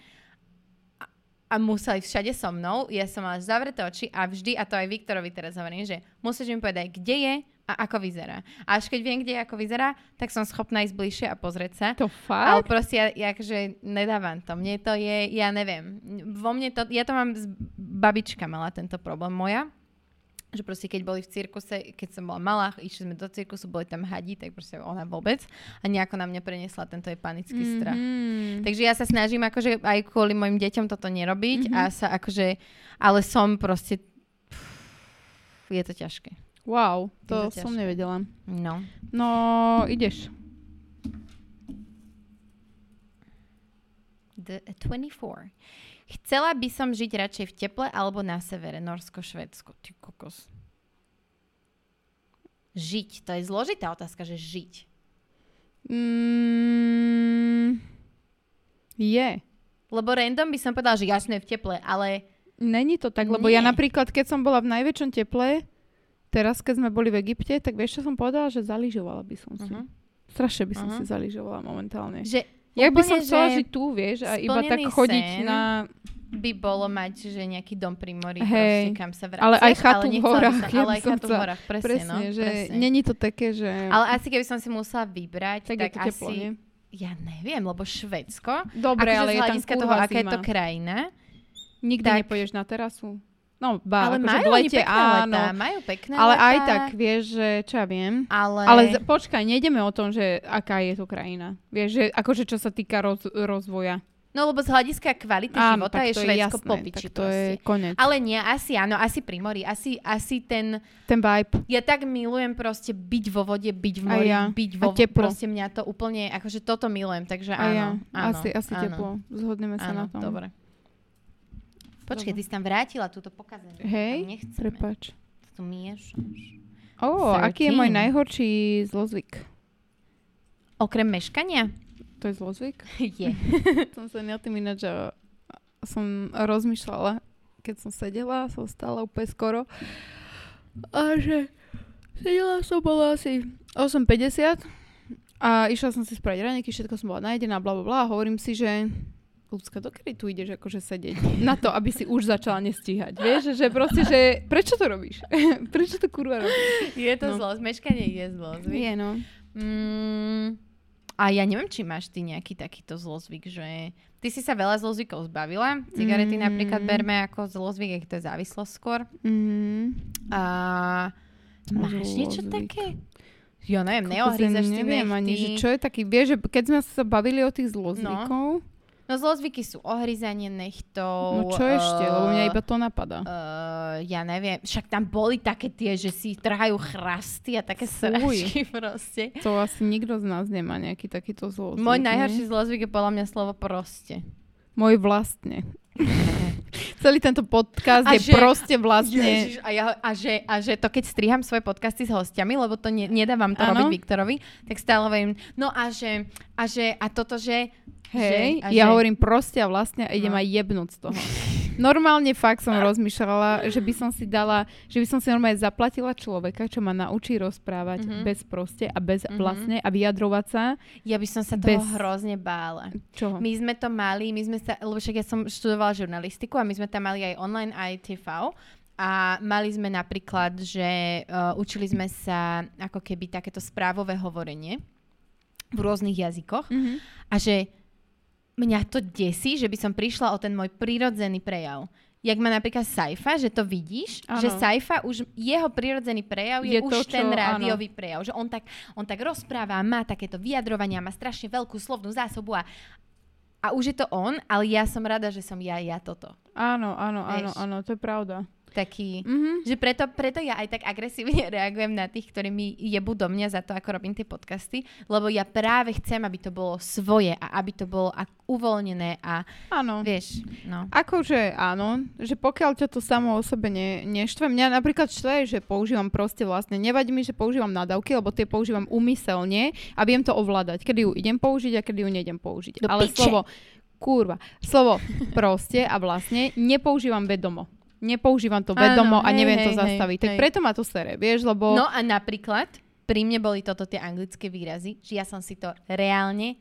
a museli všade so mnou, ja som mala zavreté oči a vždy, a to aj Viktorovi teraz hovorím, že musíš mi povedať, kde je a ako vyzerá. A až keď viem, kde je, ako vyzerá, tak som schopná ísť bližšie a pozrieť sa. To Ale fakt? proste ja, ja akože nedávam to. Mne to je, ja neviem. Vo mne to, ja to mám, z, babička mala tento problém moja, že proste keď boli v cirkuse, keď som bola malá, išli sme do cirkusu, boli tam hadi, tak proste ona vôbec. A nejako na mňa preniesla tento jej panický Mhm. mm-hmm. strach. Takže ja sa snažím akože aj kvôli mojim deťom toto nerobiť mm-hmm. a sa akože, ale som proste, pff, je to ťažké. Wow, to, Je to som ťažké. nevedela. No. No, ideš. The 24. Chcela by som žiť radšej v teple alebo na severe, Norsko, Švedsko. Ty kokos. Žiť, to je zložitá otázka, že žiť. Mm, je. Lebo random by som povedala, že jasné v teple, ale Není to tak, lebo ja Nie. napríklad, keď som bola v najväčšom teple, teraz, keď sme boli v Egypte, tak vieš, čo som povedala? Že zaližovala by som si. Mhm. Strašne by som Mhm. si zaližovala momentálne. že Ja by úplne, som chcela že žiť tu, vieš, a iba tak splnený chodiť sen. na... by bolo mať, že nejaký dom pri mori, Hej. proste, kam sa vrátiš. Ale aj chatu v nechcela by horách, Som, ale ja by aj som chatu v chcela. horách, presne, Presne, no. že presne. není to také, že... Ale asi keby som si musela vybrať, tak, tak, je to asi... teplo, nie? Ja neviem, lebo Švedsko... Dobre, akože ale z je tam hľadiska toho, kurva aká je zima. to krajina. Nikdy tak- nepôjdeš na terasu. No, ba, ale akože majú v oni lete, pekné áno. letá, majú pekné ale letá, aj tak, vieš, že čo ja viem. Ale, Ale z, počkaj, nejdeme o tom, že aká je to krajina. Vieš, že akože čo sa týka roz, rozvoja. No lebo z hľadiska kvality života tak je to Švedsko jasné, po tak piči to je proste. konec. Ale nie, asi áno, asi pri mori, asi, asi ten... Ten vibe. Ja tak milujem proste byť vo vode, byť v Aj mori, ja. byť A vo... teplo. Proste mňa to úplne, akože toto milujem, takže A ja, áno. áno asi, asi áno, teplo. Zhodneme sa Áno, na tom. dobre. Počkej, ty si tam vrátila túto pokazenú. Hej, tam nechceme. Prepač. To tu miešaš. Ó, aký je môj 13. najhorší zlozvyk? Okrem meškania? To je zlozvyk? (laughs) Je. som sa nad tým ináč že som rozmýšľala, keď som sedela, som stála úplne skoro. A že sedela som, bola asi 8.50 a išla som si spraviť raneky, všetko som bola najedená, bla bla bla a hovorím si, že ľudská, dokedy tu ideš akože sedieť? Na to, aby si už začala nestíhať. Vieš, že proste, že prečo to robíš? (laughs) prečo to kurva robíš? Je to No. no. zlo, meškanie je zlo. Je, no. Mm, a ja neviem, či máš ty nejaký takýto zlozvyk, že... Ty si sa veľa zlozvykov zbavila. Cigarety Mm. mm. napríklad berme ako zlozvyk, ak to je závislosť skôr. Mm. A máš niečo Zlozvyk. také? Ja neviem, Kokos, ja neohryzeš ty neviem ani, že čo je taký, vieš, že keď sme sa bavili o tých zlozvykov, No zlozvyky sú ohryzanie nechtov. No čo ešte? eh, Lebo mňa iba to napadá. Uh, ja neviem, však tam boli také tie, že si trhajú chrasty a také Fuj. sračky (laughs) proste. To asi nikto z nás nemá nejaký takýto zlozvyk. Môj nie? najhorší zlozvyk je podľa mňa slovo (laughs) proste. Môj vlastne. Celý tento podcast A je že- proste vlastne... Ježiš, a, ja, a, že, a že to keď striham svoje podcasty s hostiami, lebo to ne, nedávam to Áno. robiť Viktorovi, tak stále hovorím, no a že, a že, a toto, (laughs) že... Hej, že, a ja že, hovorím proste a vlastne a idem No. aj jebnúť z toho. Normálne fakt (laughs) som rozmýšľala, že by som si dala, že by som si normálne zaplatila človeka, čo ma naučí rozprávať Mhm. bez proste a bez Mhm. vlastne a vyjadrovať sa. Ja by som sa toho Bez- Bez... hrozne bála. Čoho? My sme to mali, my sme sa, lebo však ja som študovala žurnalistiku a my sme tam mali aj online, aj TV. A mali sme napríklad, že uh, učili sme sa ako keby takéto správové hovorenie v rôznych jazykoch. Mhm. A že mňa to desí, že by som prišla o ten môj prírodzený prejav. Jak má napríklad Saifa, že to vidíš, Áno. ano. že Saifa už, jeho prírodzený prejav je, Je je to, už čo- ten áno. rádiový prejav. Že on tak, on tak rozpráva, má takéto vyjadrovania, má strašne veľkú slovnú zásobu a, a už je to on, ale ja som rada, že som ja, ja toto. Áno, áno, áno, Vieš. áno, to je pravda. Mhm. taký... Mm-hmm. Že preto, preto ja aj tak agresívne (laughs) reagujem na tých, ktorí mi jebu do mňa za to, ako robím tie podcasty, lebo ja práve chcem, aby to bolo svoje a aby to bolo ak- uvoľnené a Áno. vieš, no. Akože áno, že pokiaľ ťa to samo o sebe ne, neštve, mňa napríklad štve, že používam proste vlastne, nevadí mi, že používam nadávky, lebo tie používam umyselne a viem to ovládať, kedy ju idem použiť a kedy ju nejdem Do použiť. Ale piče. slovo, kurva, slovo proste a vlastne nepoužívam vedomo. Nepoužívam to Áno, vedomo a hej, neviem to hej, hej, zastaviť. tak hej. preto ma to sere, vieš, lebo... No a napríklad pri mne boli toto tie anglické výrazy, že ja som si to reálne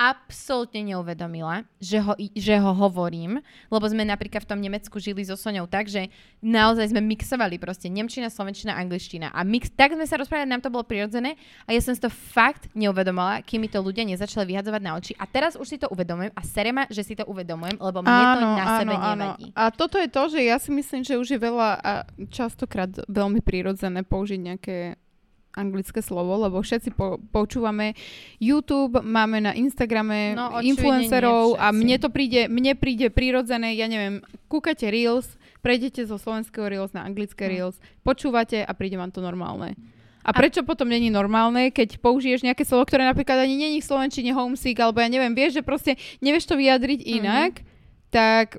absolútne neuvedomila, že ho, i- že ho hovorím, lebo sme napríklad v tom Nemecku žili so Soňou tak, že naozaj sme mixovali proste Nemčina, Slovenčina, Angličtina a mix, tak sme sa rozprávali, nám to bolo prirodzené a ja som si to fakt neuvedomila, kým mi to ľudia nezačali vyhadzovať na oči a teraz už si to uvedomujem a sere ma, že si to uvedomujem, lebo mne to na sebe nevadí. A toto je to, že ja si myslím, že už je veľa a častokrát veľmi prírodzené použiť nejaké anglické slovo, lebo všetci po- počúvame YouTube, máme na Instagrame No, očividne nie influencerov a všetci. mne to príde, mne príde prírodzené, ja neviem, kúkate Reels, prejdete zo slovenského Reels na Hm. anglické Reels, počúvate a príde vám to normálne. A prečo potom není normálne, keď použiješ nejaké slovo, ktoré napríklad ani není v slovenčine homesick, alebo ja neviem, vieš, že proste nevieš to vyjadriť inak, tak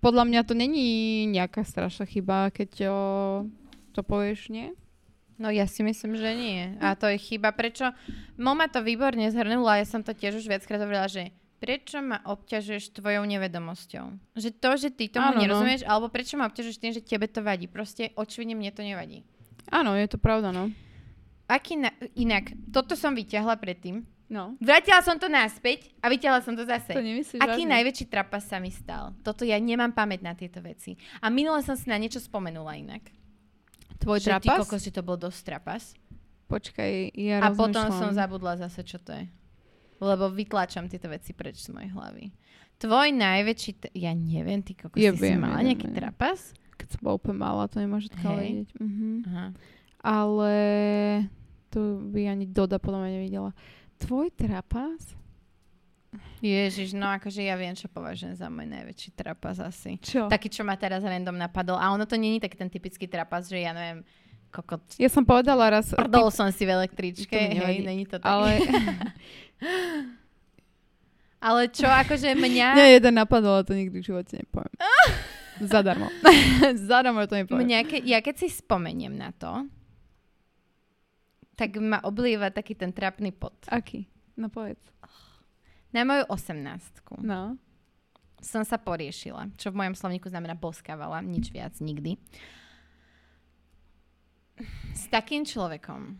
podľa mňa to není nejaká strašná chyba, keď o, to povieš, nie? No ja si myslím, že nie. A to je chyba. Prečo? Moma to výborne zhrnula, ja som to tiež už viackrát hovorila, že prečo ma obťažuješ tvojou nevedomosťou? Že to, že ty tomu Áno, no. nerozumieš, alebo prečo ma obťažuješ tým, že tebe to vadí? Proste očividne mne to nevadí. Áno, je to pravda, no. Aký na- inak, toto som vyťahla predtým. No. Vrátila som to naspäť a vyťahla som to zase. To nemyslíš Aký vážne? najväčší trapas sa mi stal? Toto ja nemám pamäť na tieto veci. A minule som si na niečo spomenula inak. Tvoj Že ty trapas? kokos, že to bol dosť trapas. Počkaj, ja A potom rozmýšľam. som zabudla zase, čo to je. Lebo vytláčam tieto veci preč z mojej hlavy. Tvoj najväčší... T- ja neviem, ty kokos, Ja ty si viem, mala ja nejaký viem. trapas? Keď som bola úplne malá, to nemôže tak Hej. vedieť. Mhm. Aha. Ale to by ani Doda podľa mňa nevidela. Tvoj trapas? Ježiš, no akože ja viem, čo považujem za môj najväčší trapas asi. Čo? Tak. Taký, čo ma teraz random napadol. A ono to není taký ten typický trapas, že ja neviem, kokot... Ja som povedala raz... Prdol som si v električke, To hej, mi nevadí. není to tak. Ale, Ale ale čo, (laughs) akože (laughs) mňa... mňa jeden napadol, ale to nikdy v živote (laughs) nepoviem. Zadarmo. (laughs) Zadarmo to nepoviem. Mňa, ke, ja keď si spomeniem na to, tak ma oblieva taký ten trapný pot. Aký? No povedz. Na moju osemnáctku No. som sa poriešila, čo v mojom slovníku znamená boskávala, nič viac, nikdy. S takým človekom,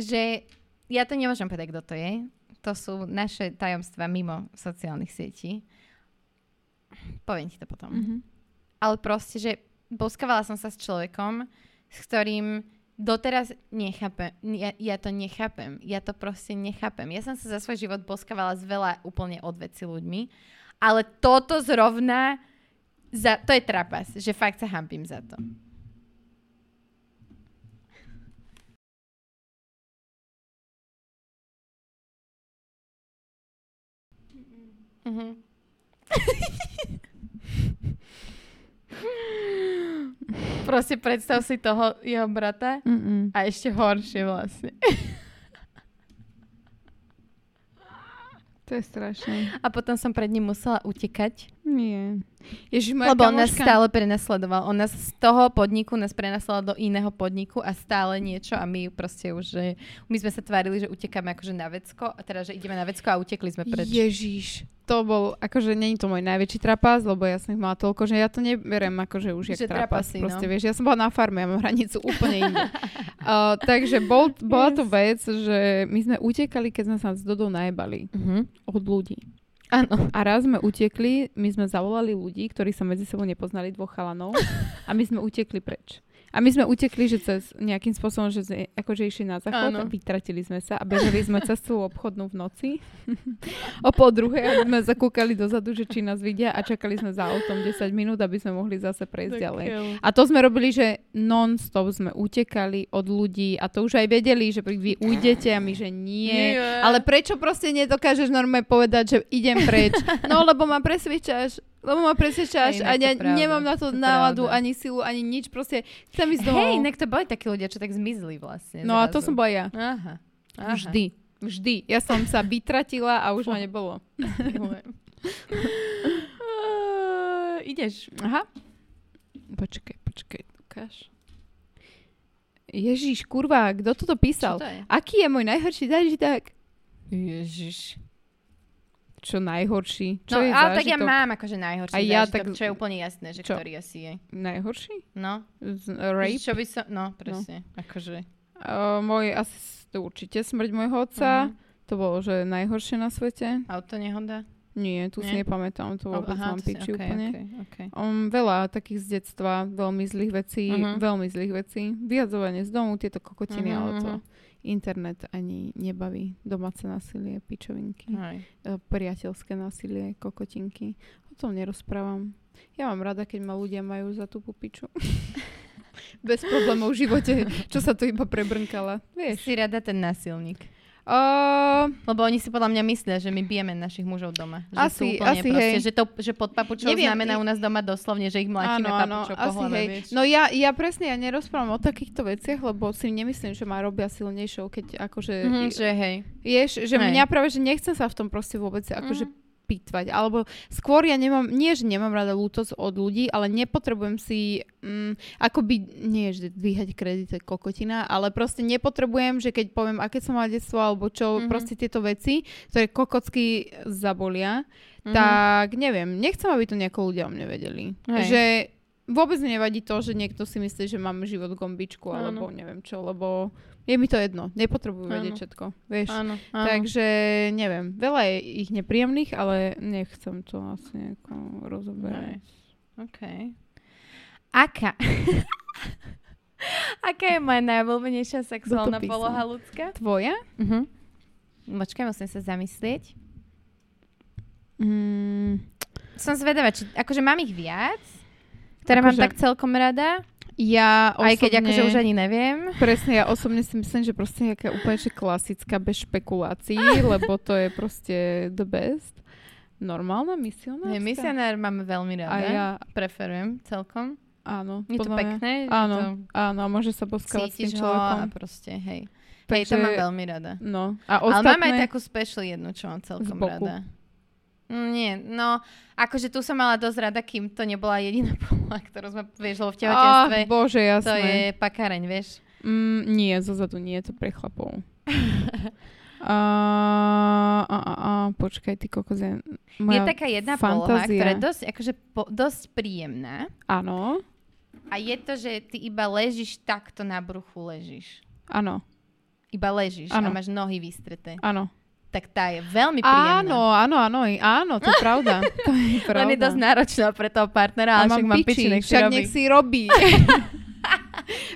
že ja to nemôžem povedať, kto to je, to sú naše tajomstva mimo sociálnych sietí. Poviem ti to potom. Mhm. Ale proste, že boskávala som sa s človekom, s ktorým doteraz nechápem. Ja, ja to nechápem. Ja to proste nechápem. Ja som sa za svoj život boskávala s veľa úplne odveci ľuďmi, ale toto zrovna za, to je trapas, že fakt sa hambím za to. Mhm. (laughs) Proste predstav si toho jeho brata Mm-mm. a ešte horšie vlastne. To je strašné. A potom som pred ním musela utekať, Nie. Ježiš, moja lebo on nás kamoška- stále prenasledoval. On nás z toho podniku nás prenasledoval do iného podniku a stále niečo a my proste už, že my sme sa tvárili, že utekáme akože na vecko, a teda, že ideme na vecko a utekli sme preč. Ježiš. To bol, akože není to môj najväčší trapas, lebo ja som ich mala toľko, že ja to neberem akože už Že jak trapas. trapasy, no. proste, vieš, ja som bola na farme, ja mám hranicu úplne (laughs) inde. uh, takže bol, bola to vec, že my sme utekali, keď sme sa s Dodou najebali Mhm. od ľudí. Áno. A raz sme utekli, my sme zavolali ľudí, ktorí sa medzi sebou nepoznali, dvoch chalanov, a my sme utekli preč. A my sme utekli, že cez nejakým spôsobom, že sme akože išli na záchod Áno. a vytratili sme sa a bežali sme cez celú obchodnú v noci. (laughs) o pol druhej aby sme zakúkali dozadu, že či nás vidia a čakali sme za autom 10 minút, aby sme mohli zase prejsť ďalej. A to sme robili, že non-stop sme utekali od ľudí a to už aj vedeli, že vy ujdete a my, že nie. Nie. (laughs) Ale prečo proste nedokážeš normálne povedať, že idem preč? No, lebo ma presvedčaš, Lebo ma Hej, presvedčáš a inak to ja pravda, nemám na to to náladu, pravda. ani silu, ani nič. Proste chcem ísť domov. Hej, inak to boli takí ľudia, čo tak zmizli vlastne. no a to zrazu. som bola ja. Aha. Aha. (laughs) Vždy. Vždy. Ja som sa vytratila a už ma nebolo. Uh, ideš. Aha. Počkaj, počkaj, ukáž. Ježiš, kurva, kto toto písal? Čo to je? Aký je môj najhorší zážitok? Ježiš. Čo najhorší? Čo No, je ale tak ja zážitok? mám akože najhorší Aj ja zážitok, tak- čo je úplne jasné, že Čo? ktorý asi je. Najhorší? No. Z, Rape? rape? Čo by som... No, presne. Akože. Uh, môj, asi s- to určite smrť môjho otca. To bolo, že najhoršie na svete. Auto nehoda? Nie, tu si Nie? nepamätám, to vôbec mám to si- piči okej, úplne. okej, okej. Um, veľa takých z detstva, veľmi zlých vecí, Mhm. veľmi zlých vecí. Vyhadzovanie z domu, tieto kokotiny, Mhm, ale to mhm. internet ani nebaví. Domáce násilie, pičovinky, Aj. e, priateľské násilie, kokotinky. O tom nerozprávam. Ja mám rada, keď ma ľudia majú za tú pupiču. (laughs) Bez problémov v živote, čo sa tu iba prebrnkala. Vieš. Si rada ten násilník. Uh, Lebo oni si podľa mňa myslia, že my bijeme našich mužov doma. Že sú Asi- úplne asi, proste, hej. že, to, že pod papučou Neviem, znamená i- u nás doma doslovne, že ich mláčime papučou po asi hlave, hej. vieš. No ja, ja presne, ja nerozprávam o takýchto veciach, lebo si nemyslím, že ma robia silnejšou, keď akože... Mhm, že hej. Vieš, Hej. že Mhm. mňa práve, že nechcem sa v tom proste vôbec akože pýtvať. Alebo skôr ja nemám, nie, že nemám rada lútosť od ľudí, ale nepotrebujem si, mm, akoby, nie, že dvíhať kredit je kokotina, ale proste nepotrebujem, že keď poviem, aké som mala detstvo, alebo čo, Mhm. mm-hmm. proste tieto veci, ktoré kokocky zabolia, Mhm. mm-hmm. tak neviem, nechcem, aby to nejako ľudia o mne vedeli. Hej. Že vôbec mi nevadí to, že niekto si myslí, že mám život gombičku, alebo neviem čo, lebo je mi to jedno. Nepotrebujú vedieť Áno. všetko, vieš. Áno, áno. Takže neviem, veľa je ich nepríjemných, ale nechcem to asi nejako rozoberať. OK. Aká... (laughs) Aká je moja najobľúbenejšia sexuálna písal? poloha ľudská? Tvoja? Uh-huh. Mhm. Počkaj, musím sa zamyslieť. Mm, Som zvedavá, či... Akože mám ich viac, ktoré mám Akože- tak celkom rada, ja osobne, aj keď akože už ani neviem. Presne, ja osobne si myslím, že proste nejaká úplne že klasická, bez špekulácií, lebo to je proste the best. Normálna misionárska? Hej, misionár mám veľmi A rada. ja, Preferujem celkom. áno. Je to podľa mňa. pekné. je Áno, to... áno, a môže sa boskávať s tým Cítiš ho a človekom. proste, hej. Hej, to Takže- mám veľmi rada. No, a Ale ostatné... mám aj takú special jednu, čo mám celkom Z boku. rada. Mm, Nie, no, akože tu som mala dosť rada, kým to nebola jediná (laughs) poloha, ktorú sme, vieš, lebo v tehotenstve Ach, bože, to jasné. je pakareň, vieš. Mm, nie, zozadu nie, to (laughs) pre chlapov. a, a, a, a, počkaj, ty kokos. ja- Je Moja, taká jedna poloha, fantázia. ktorá je dosť, akože po, dosť príjemná Áno, a je to, že ty iba ležíš takto na bruchu, ležíš. áno, Iba ležíš a Áno. máš nohy vystreté. áno. Tak tá je veľmi príjemná. Áno, áno, áno, i- áno, to je pravda. To je pravda. Len je dosť náročná pre toho partnera, ale a však mám mám piči, piči, nech si však robí. nech si (laughs) robí.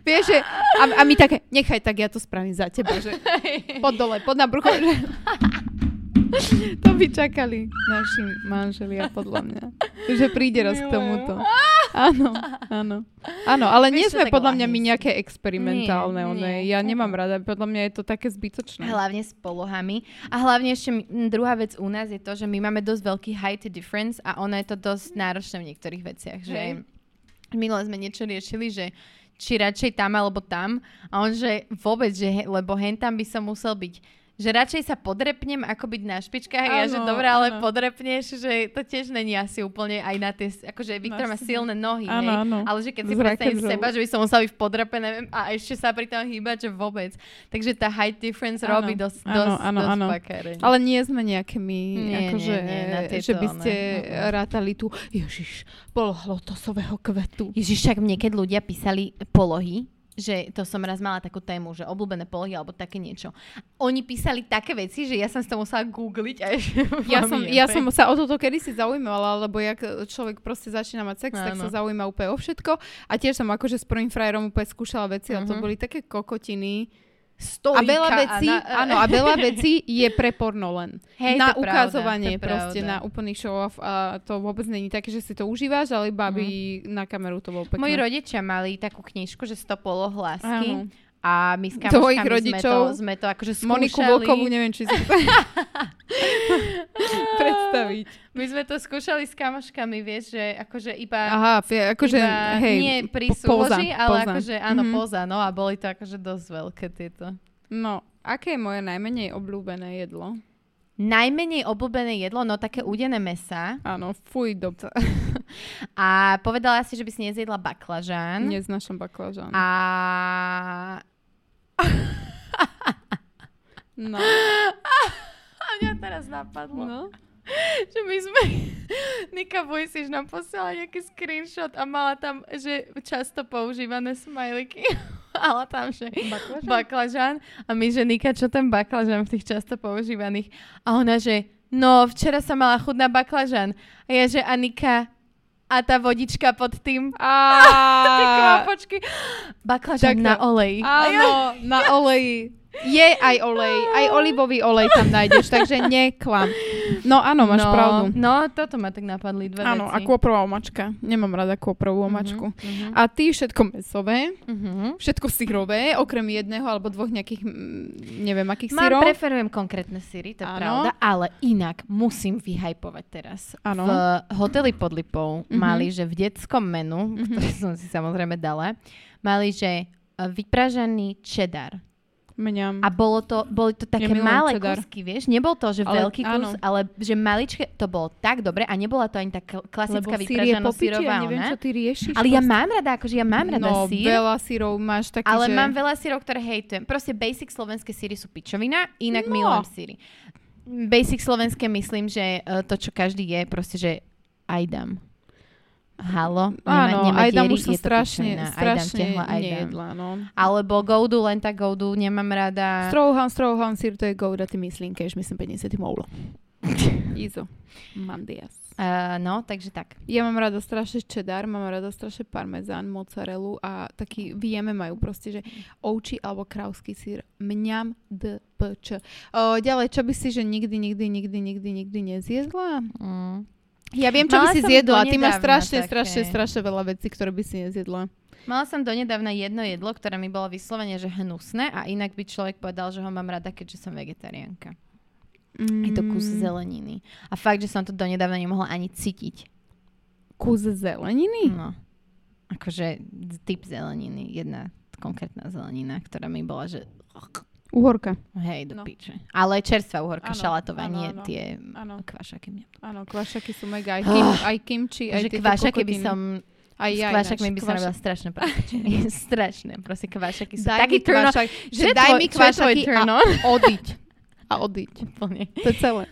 Vieš, že, a, a my také, nechaj, tak ja to spravím za teba, (laughs) že pod dole, pod na brucho. Že... (laughs) to by čakali naši manželia, podľa mňa. Že príde raz k Milujem. tomuto. Áno, áno. Áno, ale nie Vieš, čo, sme tak podľa mňa my lahysti. nejaké experimentálne. Nie, one. nie. Ja nemám rada, podľa mňa je to také zbytočné. Hlavne s polohami. A hlavne ešte m- m, druhá vec u nás je to, že my máme dosť veľký height difference a ono je to dosť náročné v niektorých veciach. Že minule sme niečo riešili, že či radšej tam alebo tam. A on, že vôbec, že he, lebo hen tam by som musel byť že radšej sa podrepnem, ako byť na špičkách. Áno, ja, že Áno, dobre, ale áno. podrepneš, že to tiež není asi úplne aj na tie... Akože Viktor má Na- silné nohy, Áno, hej, áno. ale že keď si Z predstavím rock'n'rollu. seba, že by som musela byť v podrepe, neviem, a ešte sa pri tom hýbať, že vôbec. Takže tá height difference Áno, robí dosť, áno, dosť, áno, dosť áno. pakareň. Ale nie sme nejakými, Nie, akože, nie, nie, na že by tieto, ste ne, ne, ne. rátali tu, ježiš, bolo hlotosového kvetu. Ježiš, však mne, keď ľudia písali polohy, že to som raz mala takú tému, že obľúbené polohy alebo také niečo. Oni písali také veci, že ja som si to musela googliť. A (laughs) Ja som, ja som sa o toto kedysi zaujímala, lebo jak človek proste začína mať sex, tak Áno. sa zaujíma úplne o všetko. A tiež som akože s prvým frajerom úplne skúšala veci a to boli také kokotiny. Stolíka Mhm. a veľa vecí, na- áno, a veľa vecí je pre porno len. Hej, na to pravda, ukazovanie to proste, pravda. na úplný show off. A to vôbec není také, že si to užíváš, ale iba aby na kameru to bolo pekné. Moji rodičia mali takú knižku, že 100 poloh lásky. Áno. A my s kamoškami Tvojich sme to, rodičov? (laughs) sme to akože skúšali. Moniku Volkovú, neviem, či si... predstaviť. My sme to skúšali s kamoškami, vieš, že akože iba... Aha, fie- akože, iba hej, nie pri po- póza, súloži, ale póza. akože áno, Mhm. poza, no a boli to akože dosť veľké tieto. No, aké je moje najmenej obľúbené jedlo? Najmenej obľúbené jedlo, no také údené (laughs) mesa. Áno, fuj, do... A povedala si, že by si nezjedla baklažán. Neznášam baklažán. A... No. a mňa teraz napadlo. no. že my sme... (laughs) Nika Vojsiš nám posiela nejaký screenshot a mala tam, že často používané smajliky. (laughs) mala tam, že baklažan? A my, že Nika, čo ten baklažan v tých často používaných? A ona, že no, včera sa mala chudná baklažan. A ja, že a Nika, a tá vodička pod tým. A... Ty kvapočky. Baklažan Takto. na olej. Áno, na oleji. Je aj olej, aj olivový olej tam nájdeš, takže neklam. No áno, máš no, pravdu. No, toto ma tak napadli dve Áno, a veci. kôprová omačka. Nemám rada kôprovú omačku. mhm. A ty všetko mesové, Mhm. všetko syrové, okrem jedného alebo dvoch nejakých, mm, neviem akých Mám, syrov. preferujem konkrétne síry, to je Áno. pravda, ale inak musím vyhajpovať teraz. Áno. Mhm. V hoteli pod Lipou mali, že v detskom menu, ktoré som si samozrejme dala, mali, že e, vypražený čedar. Mňam. A bolo to, boli to také milujem malé cheddar. kúsky, vieš? Nebol to, že Ale- veľký kus, áno. ale že maličké, to bolo tak dobre a nebola to ani tá kl- klasická sír je vypražená popite, ja sírová neviem, čo ona. ty riešiš. Ale ja proste. mám rada, akože ja mám rada no, sír. veľa sírov máš taký, Ale že... mám veľa sírov, ktoré hejtujem. Proste basic slovenské síry sú pičovina, inak No. milujem síry. Basic slovenské myslím, že e, to, čo každý je, proste, že aj dám. Halo? Áno, nemá aj tam diery, už som je to strašne, pičovina. Aj dám, strašne tehla, aj dám. nejedla, no. Alebo goudu, len tak goudu, nemám rada. Strouhan, strouhan, sír, to je gouda, ty myslím, kež myslím 50 moulo. Izo. Mandias. Uh, no, takže tak. Ja mám rada strašne čedar, mám rada strašne parmezán, mozzarellu a taký vieme majú proste, že ovčí alebo krauský sír. Mňam dpč. O, ďalej, čo by si, že nikdy, nikdy, nikdy, nikdy, nikdy nezjedla? Mm. Ja viem, čo Mala by si som zjedla. Ty máš donedávna strašne, také. strašne, strašne veľa vecí, ktoré by si nezjedla. Mala som donedávna jedno jedlo, ktoré mi bolo vyslovene, že hnusné a inak by človek povedal, že ho mám rada, keďže som vegetariánka. Je Mm, to kus zeleniny. A fakt, že som to donedávna nemohla ani cítiť. Kus zeleniny? No. Akože typ zeleniny. Jedna konkrétna zelenina, ktorá mi bola, že Uhorka. hej, do No. piče. Ale čerstvá uhorka, Áno, šalátová, áno, nie áno, tie áno. kvašaky. Mňa. Áno, kvašaky sú mega. Aj, kim, aj kimči, aj Ah, Že tieto kvašaky Akože by kokotiny. som... Aj ja s kvašakmi ináč. by som robila (laughs) strašné práčenie. (laughs) strašné. Proste kvašaky sú Daj taký mi turn on. kvašak, Čo že je daj tvoj- mi čo je tvoj kvašaky turn a on? (laughs) odiť. A odiť. Úplne. To je celé.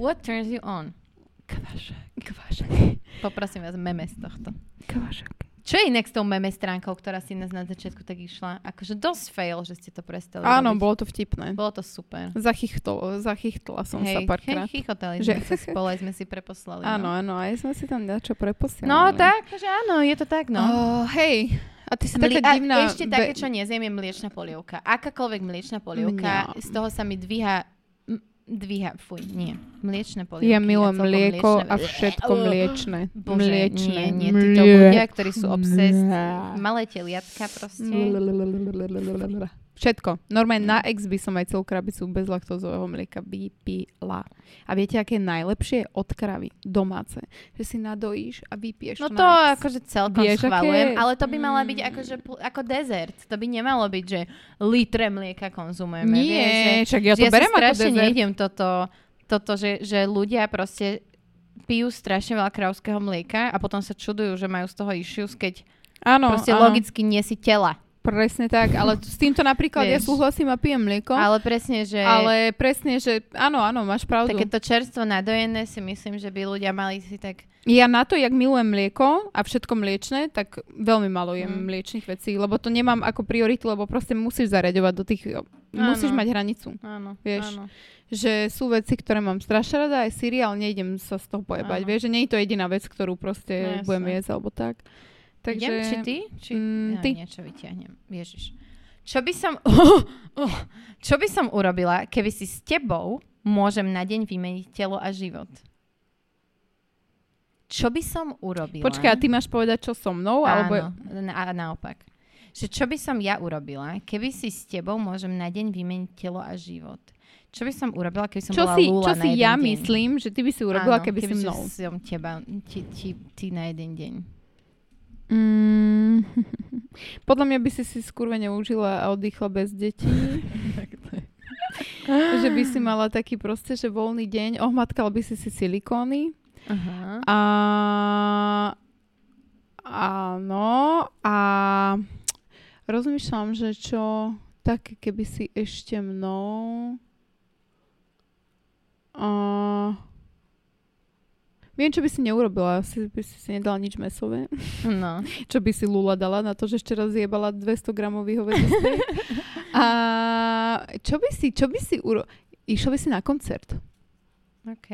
What turns you on? Kvašak. Kvašak. Poprosím vás, meme z tohto. Kvašak. Čo je inak s tou meme stránkou, ktorá si nás na začiatku tak išla? Akože dosť fail, že ste to prestali Áno, robiť. bolo to vtipné. Bolo to super. Zachychtol, zachychtla som sa párkrát. Hej, chichotali Že- sme sa spolu, aj sme si preposlali. No, Áno, áno, aj sme si tam niečo preposielali. no tak, že áno, je to tak, no. Oh, hej, a ty si Mli- taká a divná... ešte také, čo nezjem, je mliečna polievka. Akákoľvek mliečna polievka, Mňam. z toho sa mi dvíha m, dvíha, fuj, nie. Mliečne polievky. Ja milujem celkom mlieko mliečne- a všetko Ugh. mliečne. Bože, mliečne. nie, nie, títo ľudia, ktorí sú obses, Mlie- malé teliatka proste. Mlie- Všetko. Normálne na ex by som aj celú krabicu bez laktózového mlieka vypila. A viete, aké je najlepšie? Od kravy. Domáce. Že si nadojíš a vypiješ No to na ex. akože celkom Vieš, aké- Mm. schvalujem, ale to by mala byť akože, pl- ako dezert. To by nemalo byť, že litre mlieka konzumujeme. Nie, vieš, že, však ja že to berem ja ako strašne dezert. nejdem toto, toto že, že ľudia proste pijú strašne veľa krauského mlieka a potom sa čudujú, že majú z toho issues, keď Áno, proste No, áno. logicky nie si tela. Presne tak, ale s týmto napríklad ja Vieš. súhlasím a pijem mlieko, Ale ale, presne, že presne, že áno, áno, máš pravdu. takéto čerstvo nadojené si myslím, že by ľudia mali si tak... Ja na to, jak milujem mlieko a všetko mliečne, tak veľmi malo jem Mm. mliečných vecí, lebo to nemám ako prioritu, lebo proste musíš zaraďovať do tých... Musíš mať hranicu. Áno, Vieš, áno. Že sú veci, ktoré mám strašne rada, aj síry, ale nejdem sa z toho pojebať. Áno. Vieš, že nie je to jediná vec, ktorú proste No, jasné. budem jesť alebo tak. Takže... Idem, či ty? Či... Mm, ja ty. niečo vyťahnem. Ježiš. Čo by som... (laughs) Oh, čo by som urobila, keby si s tebou môžem na deň vymeniť telo a život? Čo by som urobila? Počkaj, a ty máš povedať, čo so mnou? Áno, Alebo... na- a naopak. Že čo by som ja urobila, keby si s tebou môžem na deň vymeniť telo a život? Čo by som urobila, keby som Čo bola si, Lula čo na si jeden ja deň? myslím, že ty by si urobila, Áno, keby, si mnou. Keby som teba, ti, ti, ty na jeden deň. Mm, (laughs) podľa mňa by si si skurvene užila a oddychla bez detí. že by si mala taký proste, že voľný deň, ohmatkal by si si silikóny. Aha. A... Áno. A rozmýšľam, že čo tak, keby si ešte mnou... A... Viem, čo by si neurobila. Asi by si si nedala nič mesové. No. Čo by si Lula dala na to, že ešte raz jebala 200 gramový hovedý (laughs) steak. A čo by si, čo by si uro... Išla by si na koncert. OK.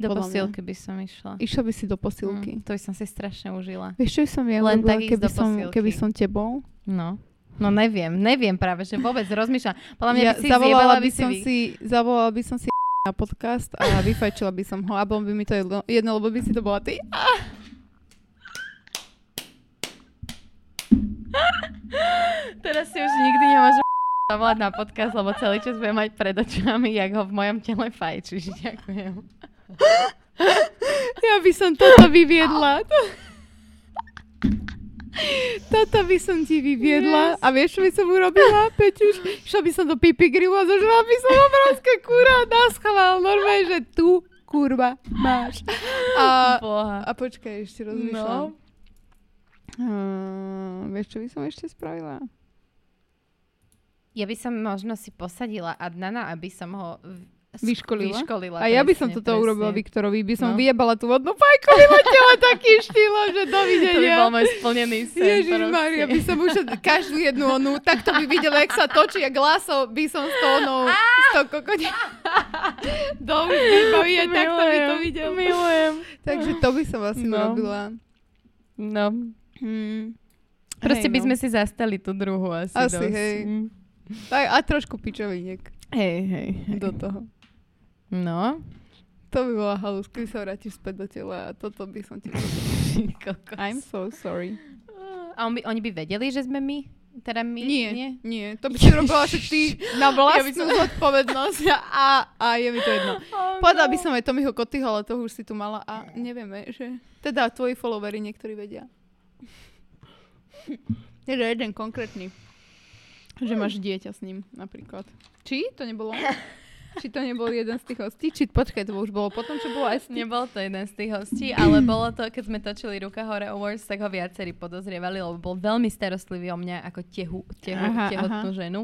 Do Podľa mňa. posilky by som išla. Išla by si do posilky. Mm, to by som si strašne (laughs) užila. Vieš, čo by som ja Len urobila, tak ísť keby do som, posilky. keby som tebou? No. No neviem, neviem práve, že vôbec rozmýšľam. Podľa mňa by si zavolala zjebala, by som si, zavolala by som si (laughs) na podcast a vyfajčila by som ho a bolo by mi to jedno, jedno lebo by si to bola ty. Teraz si už nikdy nemáš (laughs) zavolať na podcast, lebo celý čas budem mať pred očami, jak ho v mojom tele fajčíš. (laughs) Ďakujem. Ja by som toto vyviedla. Toto by som ti vyviedla. A vieš, čo by som urobila, Peťuš? Šla by som do pipigrilu a zožrala by som obrovské kúra na schvál. Normálne, že tu, kurva, (laughs) máš. A, Boha. a počkaj, ešte rozmýšľam. No. No. Hm, Uh, vieš, čo by som ešte spravila? Ja by som možno si posadila Adnana, aby som ho v- s- Vyškolila? vyškolila A ja by presne, som toto presne. urobila Viktorovi, by som No. no. vyjebala tú vodnú fajku, by ma tela takým štýlom, že To by dovidenia. bol môj splnený sen. Ježiš proste. Maria, by som už každú jednu onu, tak to by videla, jak sa točí, jak laso by som s tou onou, s tou kokoňou. Dobre, vybaví, aj tak to by to Milujem, videl. Milujem. Takže to by som asi No. urobila. No. Hmm. Proste by Hej, no. sme si zastali tú druhú asi, Asi, dosť. hej. Mm. Aj, a trošku pičoviniek Hej, hej, hej. do toho. No. To by bola halus, keby sa vrátiš späť do tela a toto by som ti... Kokos. I'm so sorry. A on by, oni by vedeli, že sme my? Teda my? Nie, Nie. (laughs) nie, nie. To by si robila však ty na (laughs) vlastnú zodpovednosť a, a je mi to jedno. Oh, Povedala by som aj Tomiho Kotyho, ale toho už si tu mala a nevieme, že... Teda tvoji followery niektorí (laughs) vedia. Teda jeden konkrétny. Že máš dieťa s ním napríklad. Hm. Či to (laughs) nebolo? Či to nebol jeden z tých hostí? Či počkaj, to už bolo potom, čo bolo aj s ním. Nebol to jeden z tých hostí, ale bolo to, keď sme točili Ruka hore Awards, tak ho viacerí podozrievali, lebo bol veľmi starostlivý o mňa ako tehu, tehu, aha, Aha, tehotnú aha. ženu.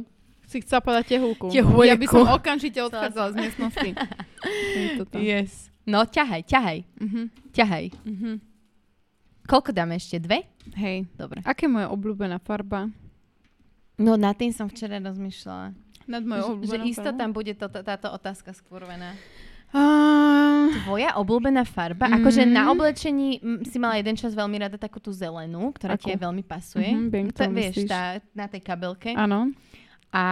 Si chcela povedať tehulku. Tehulku. Ja by som okamžite odchádzala z (laughs) miestnosti. Je to tam. Yes. No, ťahaj, ťahaj, Mhm, ťahaj. mhm. Koľko dáme ešte? Dve? Hej. Dobre. Aká je moja obľúbená farba? No, nad tým som včera rozmýšľala. Nad mojou Že, že obľúbenou isto farmou. tam bude toto, táto otázka skurvená. Uh, Tvoja obľúbená farba? Mm. Akože na oblečení mm, si mala jeden čas veľmi rada takú tú zelenú, ktorá Akú? ti aj veľmi pasuje. Mhm, viem, tá, ktorú vieš, myslíš. tá, na tej kabelke. áno. A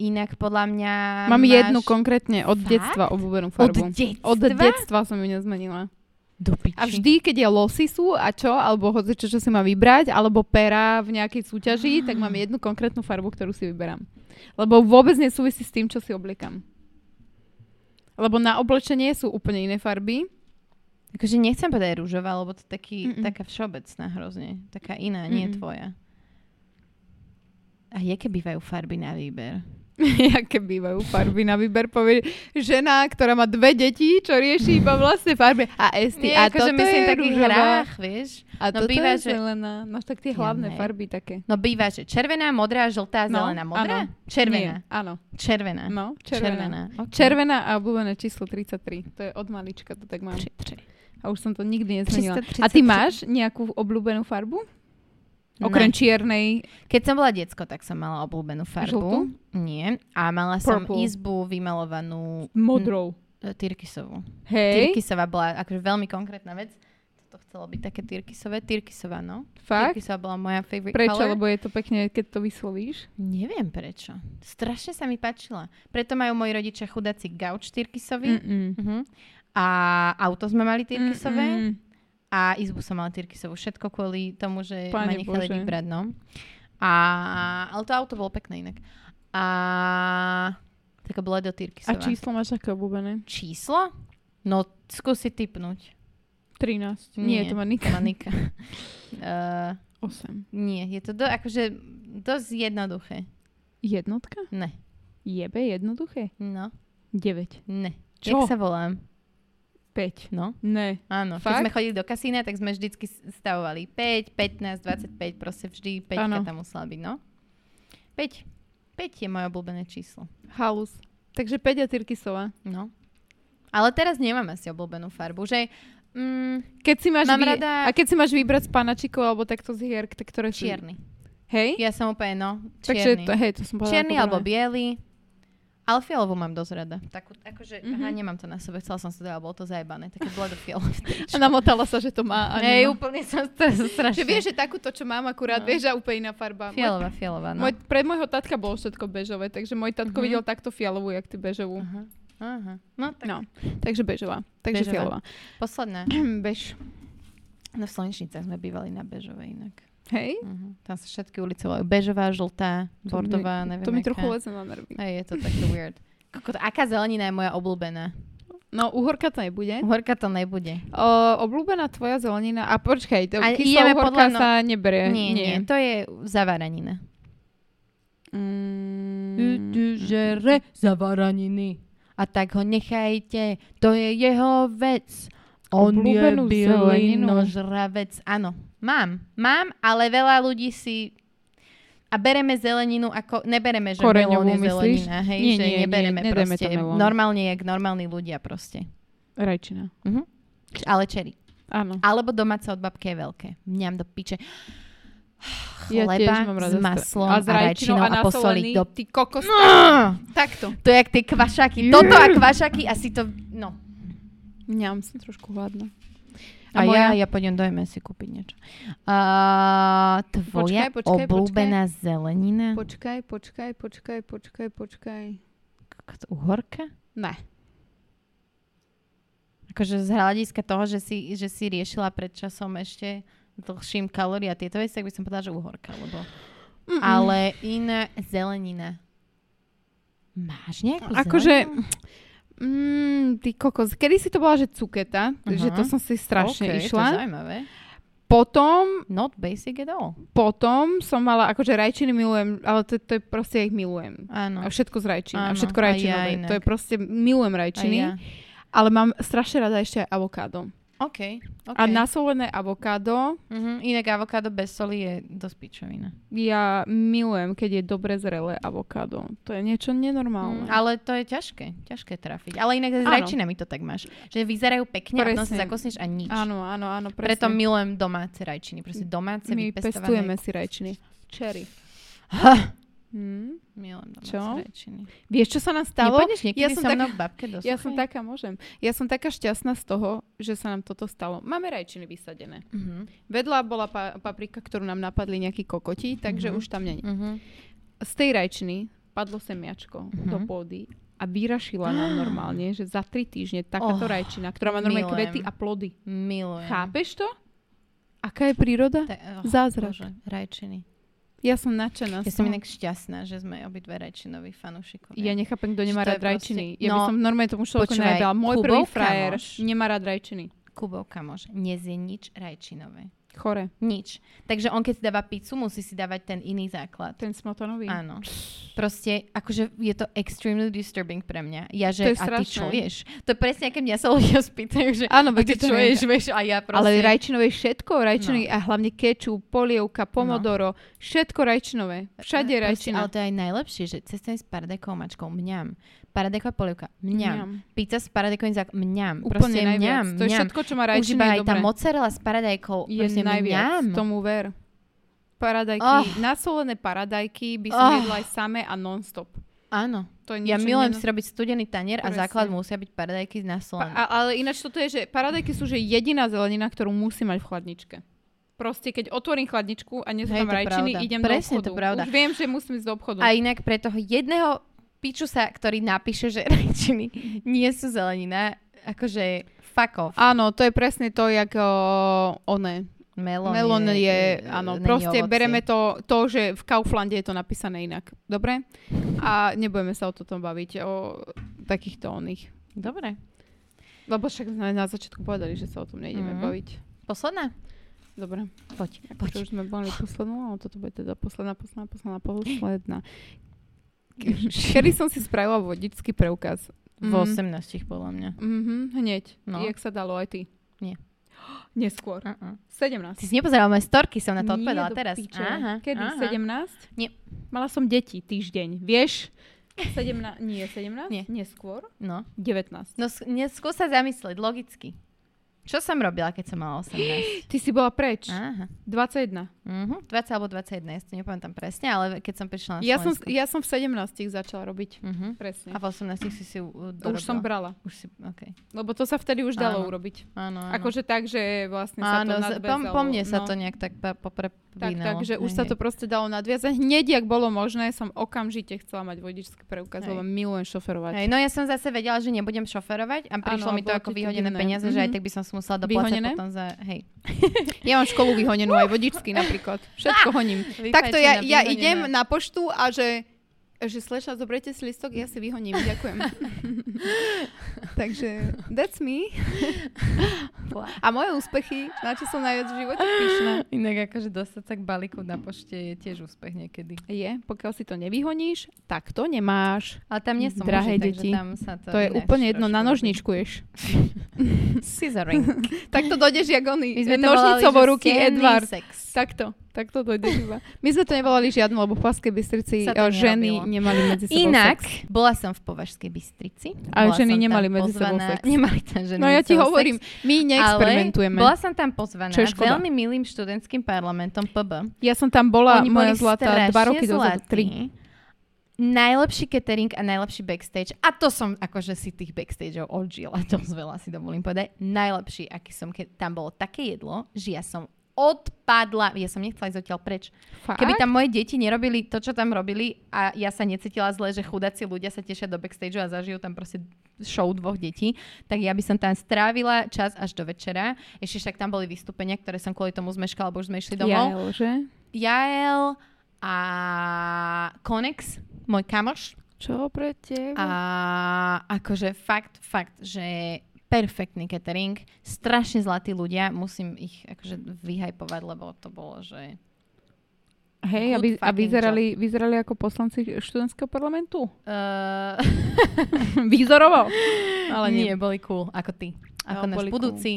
inak podľa mňa Mám máš... jednu konkrétne od Fakt? detstva Od obľúbenú farbu. detstva? Od detstva som ju nezmenila. Do piči. A vždy, keď je losy sú a čo, alebo hoci čo, čo si má vybrať, alebo pera v nejakej súťaži, tak Ah. mám jednu konkrétnu farbu, ktorú si vyberám. Lebo vôbec nesúvisí s tým, čo si obliekam. Lebo na oblečenie sú úplne iné farby. (laughs) Akože nechcem povedať rúžová, lebo to je taký, Mm-mm. taká všeobecná hrozne. Taká iná, nie Mm-mm. tvoja. A jaké bývajú farby na výber? Jaké bývajú farby na výber, povie žena, ktorá má dve deti, čo rieši iba vlastne farby. A esty. Nie, a akože toto myslím je takých rúžová. hrách, vieš? A No toto býva, je že- zelená. Máš tak Ja tie hlavné ne. farby také. No býva, že červená, modrá, žltá, No, zelená, modrá? áno. Červená. Nie, áno. Červená. No, červená. Červená. Okay. Červená a obľúbené číslo 33. To je od malička, to tak mám. Tri, tri. A už som to nikdy nezmenila. 333. A ty máš nejakú obľúbenú farbu? Okrem čiernej. Keď som bola diecko, tak som mala obľúbenú farbu. Žltú? Nie. A mala som Purple. izbu vymalovanú Modrou. e, tyrkysovú. Hej, Tyrkysová bola akože veľmi konkrétna vec. Toto chcelo byť také tyrkysové. Tyrkysová, no. fakt? Tyrkysová bola moja favorite Prečo? color. Lebo je to pekne, keď to vyslovíš. Neviem prečo. Strašne sa mi páčila. Preto majú moji rodičia chudáci gauč tyrkysový. Mm. Mm-mm. Uh-huh. A auto sme mali tyrkysové. Mm-mm. A izbu som mala Tyrkisovú. Všetko kvôli tomu, že Pane ma Pane nechali Bože. Bože. vybrať, no. A, ale to auto bolo pekné inak. A Taká bledotýrky A číslo máš aké obľúbené? Číslo? No, skúsi typnúť. 13. Nie, Nie, to to má To Nika. má (laughs) Nika. Eh, 8. nie, je to do, akože dosť jednoduché. Jednotka? Ne, Jebe jednoduché. no, 9. ne. Jak Čo? sa volám? 5. No, Ne. áno. Fakt? Keď sme chodili do kasína, tak sme vždycky stavovali 5, 15, 25, proste vždy 5 Áno. tam musela byť, no. 5. 5 je moje obľúbené číslo. Halus. Takže 5 a Tyrkisová. No. Ale teraz nemám asi obľúbenú farbu, že mm, Keď si máš Mám vy... rada- A keď si máš vybrať z panačikov alebo takto z hier, tak ktoré sú... čierny. Hej? Ja som úplne, no, Takže čierny. to, hej, to som povedala. Čierny ako alebo druhé. biely. Ale fialovú mám dosť rada. Takú, akože, mm-hmm. Mhm. aha, nemám to na sebe, chcela som si to dať, ale bolo to zajebané. Také bledofialové. (laughs) A namotala sa, že to má. A Hej, nemá. úplne som to (laughs) strašne. Že vieš, že takúto, čo mám akurát, No. vieš, a úplne iná farba. Môj- Fialová, fialová, no. Môj, pre môjho tatka bolo všetko bežové, takže môj tatko Mhm. videl takto fialovú, jak ty bežovú. Aha, aha. No, tak No. Takže bežová. Bežová. Takže (clears throat) fialová. posledná. Bež. No v Slnečnicách sme bývali na Bežovej inak. Hej? Uh-huh. Tam sa všetky ulice volajú Bežová, Žltá, To mi- Bordová, neviem Mhm. To mi aká. trochu leze na nervy. Hej, je to také weird. Kokot, aká zelenina je moja obľúbená? No, uhorka to nebude. Horka to nebude. O, obľúbená tvoja zelenina. A počkaj, to A kyslá ideme podľa uhorka no- sa neberie. Nie, nie, to je zavaranina. Mm, žere zavaraniny. A tak ho nechajte, to je jeho vec. On Obľúbenú je zeleninu. bylinožravec. Áno, mám, mám, ale veľa ľudí si... A bereme zeleninu ako... Nebereme, že Koreňovú, melón je myslíš? zelenina, hej, Nie, že nie, nie, nebereme nedajme proste. to melón. Normálne, jak normálni ľudia proste. Rajčina. Mhm. Ale čeri. Áno. Alebo domáca od babky je veľké. Mňam do piče. (sighs) Ja Chleba tiež mám rada s stra- maslom a, a s rajčinou rajčinou a, a No. posoliť nasolený. do... Ty kokos. Takto. To je jak tie (laughs) kvašaky. Toto a kvašaky asi to... No. Mňam, som trošku hladná. A, moja? ja, ja pôjdem do MSI kúpiť niečo. Uh, Počkaj, tvoja počkaj, obľúbená zelenina? Počkaj, počkaj, počkaj, počkaj, počkaj. Počkaj. Uhorka? Ne. Akože z hľadiska toho, že si, že si riešila pred časom ešte dlhším kalórií a tieto veci, tak by som povedala, že uhorka, lebo... Mm-mm. Ale iná zelenina. Máš nejakú Akože, zeleninu? mm, ty kokos, kedy si to bola, že cuketa, Aha. že to som si Ok, To strašne je išla. zaujímavé. Potom, Not basic at all. potom som mala, akože rajčiny milujem, ale to, to je proste, ja ich milujem. Áno. A všetko z rajčín, a No. Áno, všetko aj ja rajčinové. inak. to je proste, milujem rajčiny, Aj ja. ale mám strašne rada ešte aj avokádo. OK. okay. A nasolené avokádo Mhm, inak avokádo bez soli je dosť pičovina. ja milujem, keď je dobre zrelé avokádo. To je niečo Mm, nenormálne. ale to je ťažké, ťažké trafiť. Ale inak s Áno. rajčinami to tak máš, že vyzerajú pekne a potom si Presne. zakosneš a nič. Áno, áno, áno, presne. Preto milujem domáce rajčiny, proste domáce (laughs) my pestujeme vypestované. si rajčiny. Cherry. Hm. Milujem domáce Čo? rajčiny. Vieš, čo sa nám stalo? Nepôjdeš niekedy Ja som so tak- mnou k babke do Ja som suchej? taká, môžem. Ja som taká šťastná z toho, že sa nám toto stalo. Máme rajčiny vysadené. Mhm. Vedľa bola pa- paprika, ktorú nám napadli nejakí kokoti, takže Mhm. už tam není. Mhm. Z tej rajčiny padlo semiačko Mhm. do pôdy a vyrašila (gasps) nám normálne, že za tri týždne takáto Oh, rajčina, ktorá má normálne milujem. kvety a plody. Milujem. Chápeš to? Aká je príroda? Ta- oh, Zázrak. Bože, rajčiny. Ja som nadšená. Ja z som toho. inak šťastná, že sme obidve rajčinoví fanúšikovia. Ja nechápem, kto Že nemá to je rád rajčiny. proste- Ja by No, som normálne tomu človeku počúvaj, no. nevedala. Môj Kubov prvý frajer kamoš. nemá rád rajčiny. Kubov kamoš, nezie nič rajčinové. Chore. Nič. Takže on keď si dáva pizzu, musí si dávať ten iný základ. Ten smotanový. Áno. Proste, akože je to extremely disturbing pre mňa. Ja, že, To a je ty strašné. čo ješ? To je presne, keď mňa sa ľudia (laughs) spýtajú, že a Áno, ty veď to čo nie- ješ, vieš, a ja proste... No. Ale rajčinové je všetko, rajčiny a hlavne kečup, polievka, pomodoro, všetko rajčinové. Všade je Proste, rajčina. Ale to je aj najlepšie, že cestujem s paradekou a mačkou, mňam. Paradeková polievka, mňam. Pizza s paradekovým záklom, mňam. Úplne proste, najviac. mňam, to je mňam. všetko, čo má Už iba rajčina, je aj tá dobré. mozzarella s paradajkou. Je proste najviac, mňam. tomu ver. Paradajky, Oh. nasolené paradajky by som Oh. jedla aj samé a non-stop. Áno. To je Ja niečo milujem neno- si robiť studený tanier a Presne. základ musia byť paradajky na Pa- solene. a, ale ináč toto je, že paradajky sú že jediná zelenina, ktorú musí mať v chladničke. Proste, keď otvorím chladničku a nie sú Hej, tam to rajčiny, pravda. idem Presne, do obchodu. to pravda. Už viem, že musím ísť do obchodu. A inak pre toho jedného piču sa, ktorý napíše, že (laughs) rajčiny nie sú zelenina, akože fuck off. Áno, to je presne to, jak o, one. Melón, Melon e, je, áno, není ovocie. proste bereme to, to, že v Kauflande je to napísané inak. Dobre? A nebudeme sa o tom baviť, o takýchto oných. Dobre. Lebo však sme na začiatku povedali, že sa o tom Mhm. nejdeme mm. baviť. Posledná? Dobre. Poď, To poď. už sme boli poslednú, ale toto bude teda posledná, posledná, (laughs) posledná, posledná. Kedy som si spravila vodičský preukaz? V 18 podľa mňa. Mhm, hneď. No. No. Jak sa dalo aj ty? Nie. (gasps) Neskôr. Uh-uh. 17. Ty si nepozeral moje storky, som na to Nie odpovedala do teraz. piče. Kedy? 17? Nie. Mala som deti týždeň, vieš? 17, nie 17? Nie. Neskôr? No. 19. No sk- ne, skús sa zamyslieť, logicky. Čo som robila, keď som mala 18? Ty si bola preč. Aha. 21. Mhm. 20 alebo 21, ja si to nepamätám presne, ale keď som prišla na Ja som, Slovensku. ja som v 17 začala robiť. Mhm. Presne. A v 18 si si uh, už som dorobila. brala. Už si, okay. Lebo to sa vtedy už dalo Áno. urobiť. Áno, áno. Akože tak, že vlastne sa Áno, to z- po, nadväzalo. po mne sa no. to nejak tak pa- Tak, poprepínalo. tak, že už Hej, sa hej. to proste dalo nadviazať. Hneď, ak bolo možné, som okamžite chcela mať vodičský preukaz, Hej. lebo milujem Hej, šoferovať. no ja som zase vedela, že nebudem šoferovať a prišlo Áno, mi to bolo ako ti to vyhodené divné. peniaze, že aj Mhm. tak by som si musela doplácať Vyhodené? potom za... Hej. Ja mám školu vyhonenú, aj vodičský napríklad. Všetko honím. Takto ja, ja vyfajčená, idem vyhodená. na poštu a že že slečna, zoberete si listok, ja si vyhoním, (laughs) ďakujem. Takže that's me. A moje úspechy, na čo som najviac v živote pyšná. Inak akože dostať sa k balíku na pošte je tiež úspech niekedy. Je, pokiaľ si to nevyhoníš, tak to nemáš. Ale tam nie som Drahé muži, takže deti. tam sa to To, je ináč úplne jedno, trošku na robí. nožničkuješ. (laughs) Scissoring. Tak to dojdeš jak My oni. sme to Nožnicovou volali, že ruky stenný Edward. Sex. Takto, takto dojdeš iba. My sme to nevolali žiadnu, lebo v Paskej Bystrici Sa to eh, ženy nerobilo. nemali medzi sebou Inak, sex. bola som v Považskej Bystrici. A bola ženy som tam nemali medzi sebou pozvaná- sex. Nemali tam ženy No ja medzi ti sebou sex, hovorím, my neexperimentujeme. Ale bola som tam pozvaná Čo je škoda. veľmi milým študentským parlamentom PB. Ja som tam bola, Oni moja boli zlatá, dva strašne roky dozadu, zlatí. tri. Najlepší catering a najlepší backstage. A to som akože si tých backstageov odžila, to veľa si dovolím povedať. Najlepší, aký som, keď tam bolo také jedlo, že ja som odpadla, ja som nechcela ísť odtiaľ preč. Fakt? Keby tam moje deti nerobili to, čo tam robili a ja sa necítila zle, že chudáci ľudia sa tešia do backstage a zažijú tam proste show dvoch detí, tak ja by som tam strávila čas až do večera. Ešte však tam boli vystúpenia, ktoré som kvôli tomu zmeškala, lebo už sme išli domov. Jael, že? Jael a Konex, môj kamoš. Čo pre teba? A akože fakt, fakt, že perfektný catering, strašne zlatí ľudia, musím ich akože vyhajpovať, lebo to bolo, že... good Hej, aby, a fucking vyzerali, vyzerali ako poslanci študentského parlamentu? (laughs) Uh, Výzorovo? Ale nie, nie. boli cool, ako ty. Ako No, náš boli cool. budúci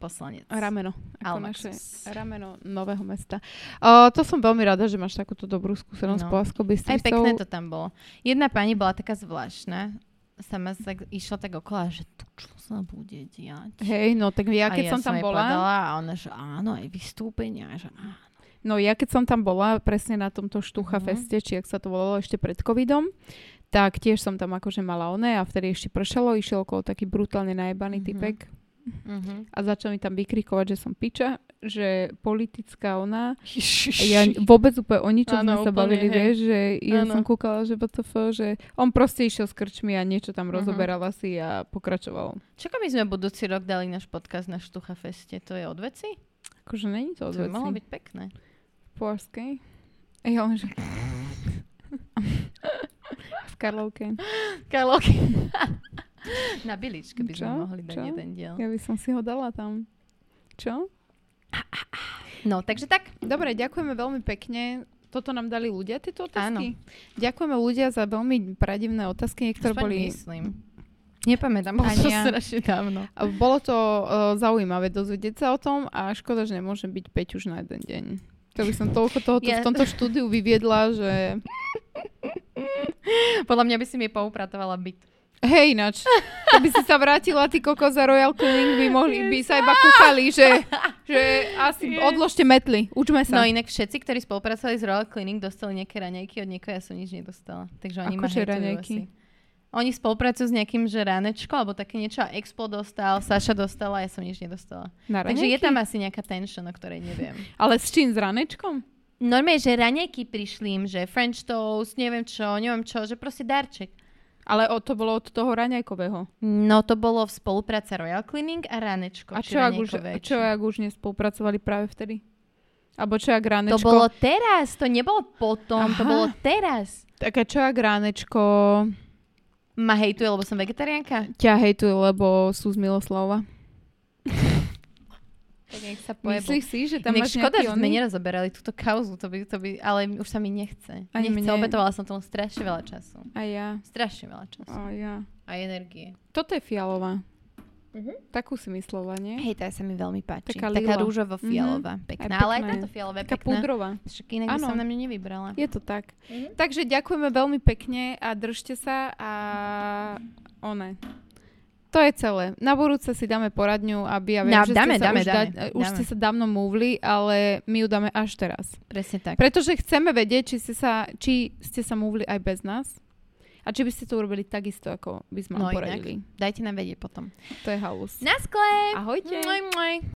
poslanec. Rameno. Ako naše Almaxus. rameno nového mesta. O, to som veľmi rada, že máš takúto dobrú No. skúsenosť no. s Polskou Aj Bystricou. pekné to tam bolo. Jedna pani bola taká zvláštna, sama sa tak- išla tak okolo, že tu čo sa bude diať. Hej, no tak ja A keď som tam jej bola, povedala a ona, že áno, aj vystúpenia, že áno. no ja keď som tam bola presne na tomto Štucha Mhm. feste, či ak sa to volalo ešte pred covidom, tak tiež som tam akože mala oné a vtedy ešte pršalo, išiel okolo taký brutálne najebaný Mhm. typek a začal mi tam vykrikovať, že som piča, že politická ona. A ja vôbec úplne o ničom Áno, sme sa úplne, bavili, hej. vieš, že ja Áno. som kúkala, že BTF, že on proste išiel s krčmi a niečo tam Mhm. rozoberala si a pokračoval. Čo keby sme budúci rok dali náš podcast na Štucha Feste? To je od veci? Akože není To to by odveci. mohlo byť pekné. Polskej. A ja len, že... (laughs) v Karlovke. Kalok. (laughs) na biličke by sme Čo? mohli dať Čo? jeden diel. Ja by som si ho dala tam. Čo? No, takže tak. Dobre, ďakujeme veľmi pekne. Toto nám dali ľudia, tieto Áno. otázky? Ďakujeme ľudia za veľmi pradivné otázky, niektoré Aspoň boli... myslím. Nepamätám, (laughs) bolo Ani to ja. strašne dávno. A Bolo to uh, zaujímavé dozvedieť sa o tom a škoda, že nemôžem byť Peť už na jeden deň. To by som toľko toho tu Ja- v tomto štúdiu vyviedla, že Podľa mňa by si mi poupratovala byt. hej ináč, keby si sa vrátila ty kokos za Royal Cooling by, mohli, by sa iba kúkali, že, že asi Yes. odložte metly, učme No sa. inak všetci, ktorí spolupracovali s Royal Clinic, dostali nejaké raňajky od niekoho, ja som nič nedostala. Takže oni ma Akože hejtujú raňajky? asi. Oni spolupracujú s nejakým, že ránečko, alebo také niečo, a Expo dostal, Saša dostala, ja som nič nedostala. Na Takže je raňajky? tam asi nejaká tension, o ktorej neviem. (laughs) Ale s čím, s ranečkom? Normálne, že raňajky prišli im, že French toast, neviem čo, neviem čo, že proste darček. Ale o, to bolo od toho raňajkového. No to bolo v spolupráce Royal Cleaning a Ranečko. A či čo, ak už, Ranejkové, čo či- ak už nespolupracovali práve vtedy? Alebo čo ak To ránečko... bolo teraz, to nebolo potom, to Aha. bolo teraz. Tak a čo ak ránečko Ma hejtuje, lebo som vegetariánka? ťa hejtuje, lebo sú z Miloslava? Tak nech sa Myslíš si, že tam Inak máš škoda, nejaký že sme nerozoberali túto kauzu, to by, to by, ale už sa mi nechce. Ani nechce, mne. obetovala som tomu strašne veľa času. A ja. Strašne veľa času. A ja. A energie. Toto je fialová. Mhm. Takú si myslela, nie? Hej, tá sa mi veľmi páči. Taká, Taká Taká lila. rúžovo-fialová. Pekná, Aj ale aj pekná táto fialová je Taká pekná. púdrová. Však inak by Áno. som na mňu nevybrala. Je to tak. Mhm. Takže ďakujeme veľmi pekne a držte sa a one. To je celé. Na budúce si dáme poradňu, aby ja viem, No, že dáme, ste sa dáme, už, dáme, už dáme. ste sa dávno múvli, ale my ju dáme až teraz. Presne tak. Pretože chceme vedieť, či ste sa, či ste sa múvli aj bez nás a či by ste to urobili takisto, ako by sme No vám inak. poradili. Dajte nám vedieť potom. To je halus. Na skle! Ahojte. Moj, moj.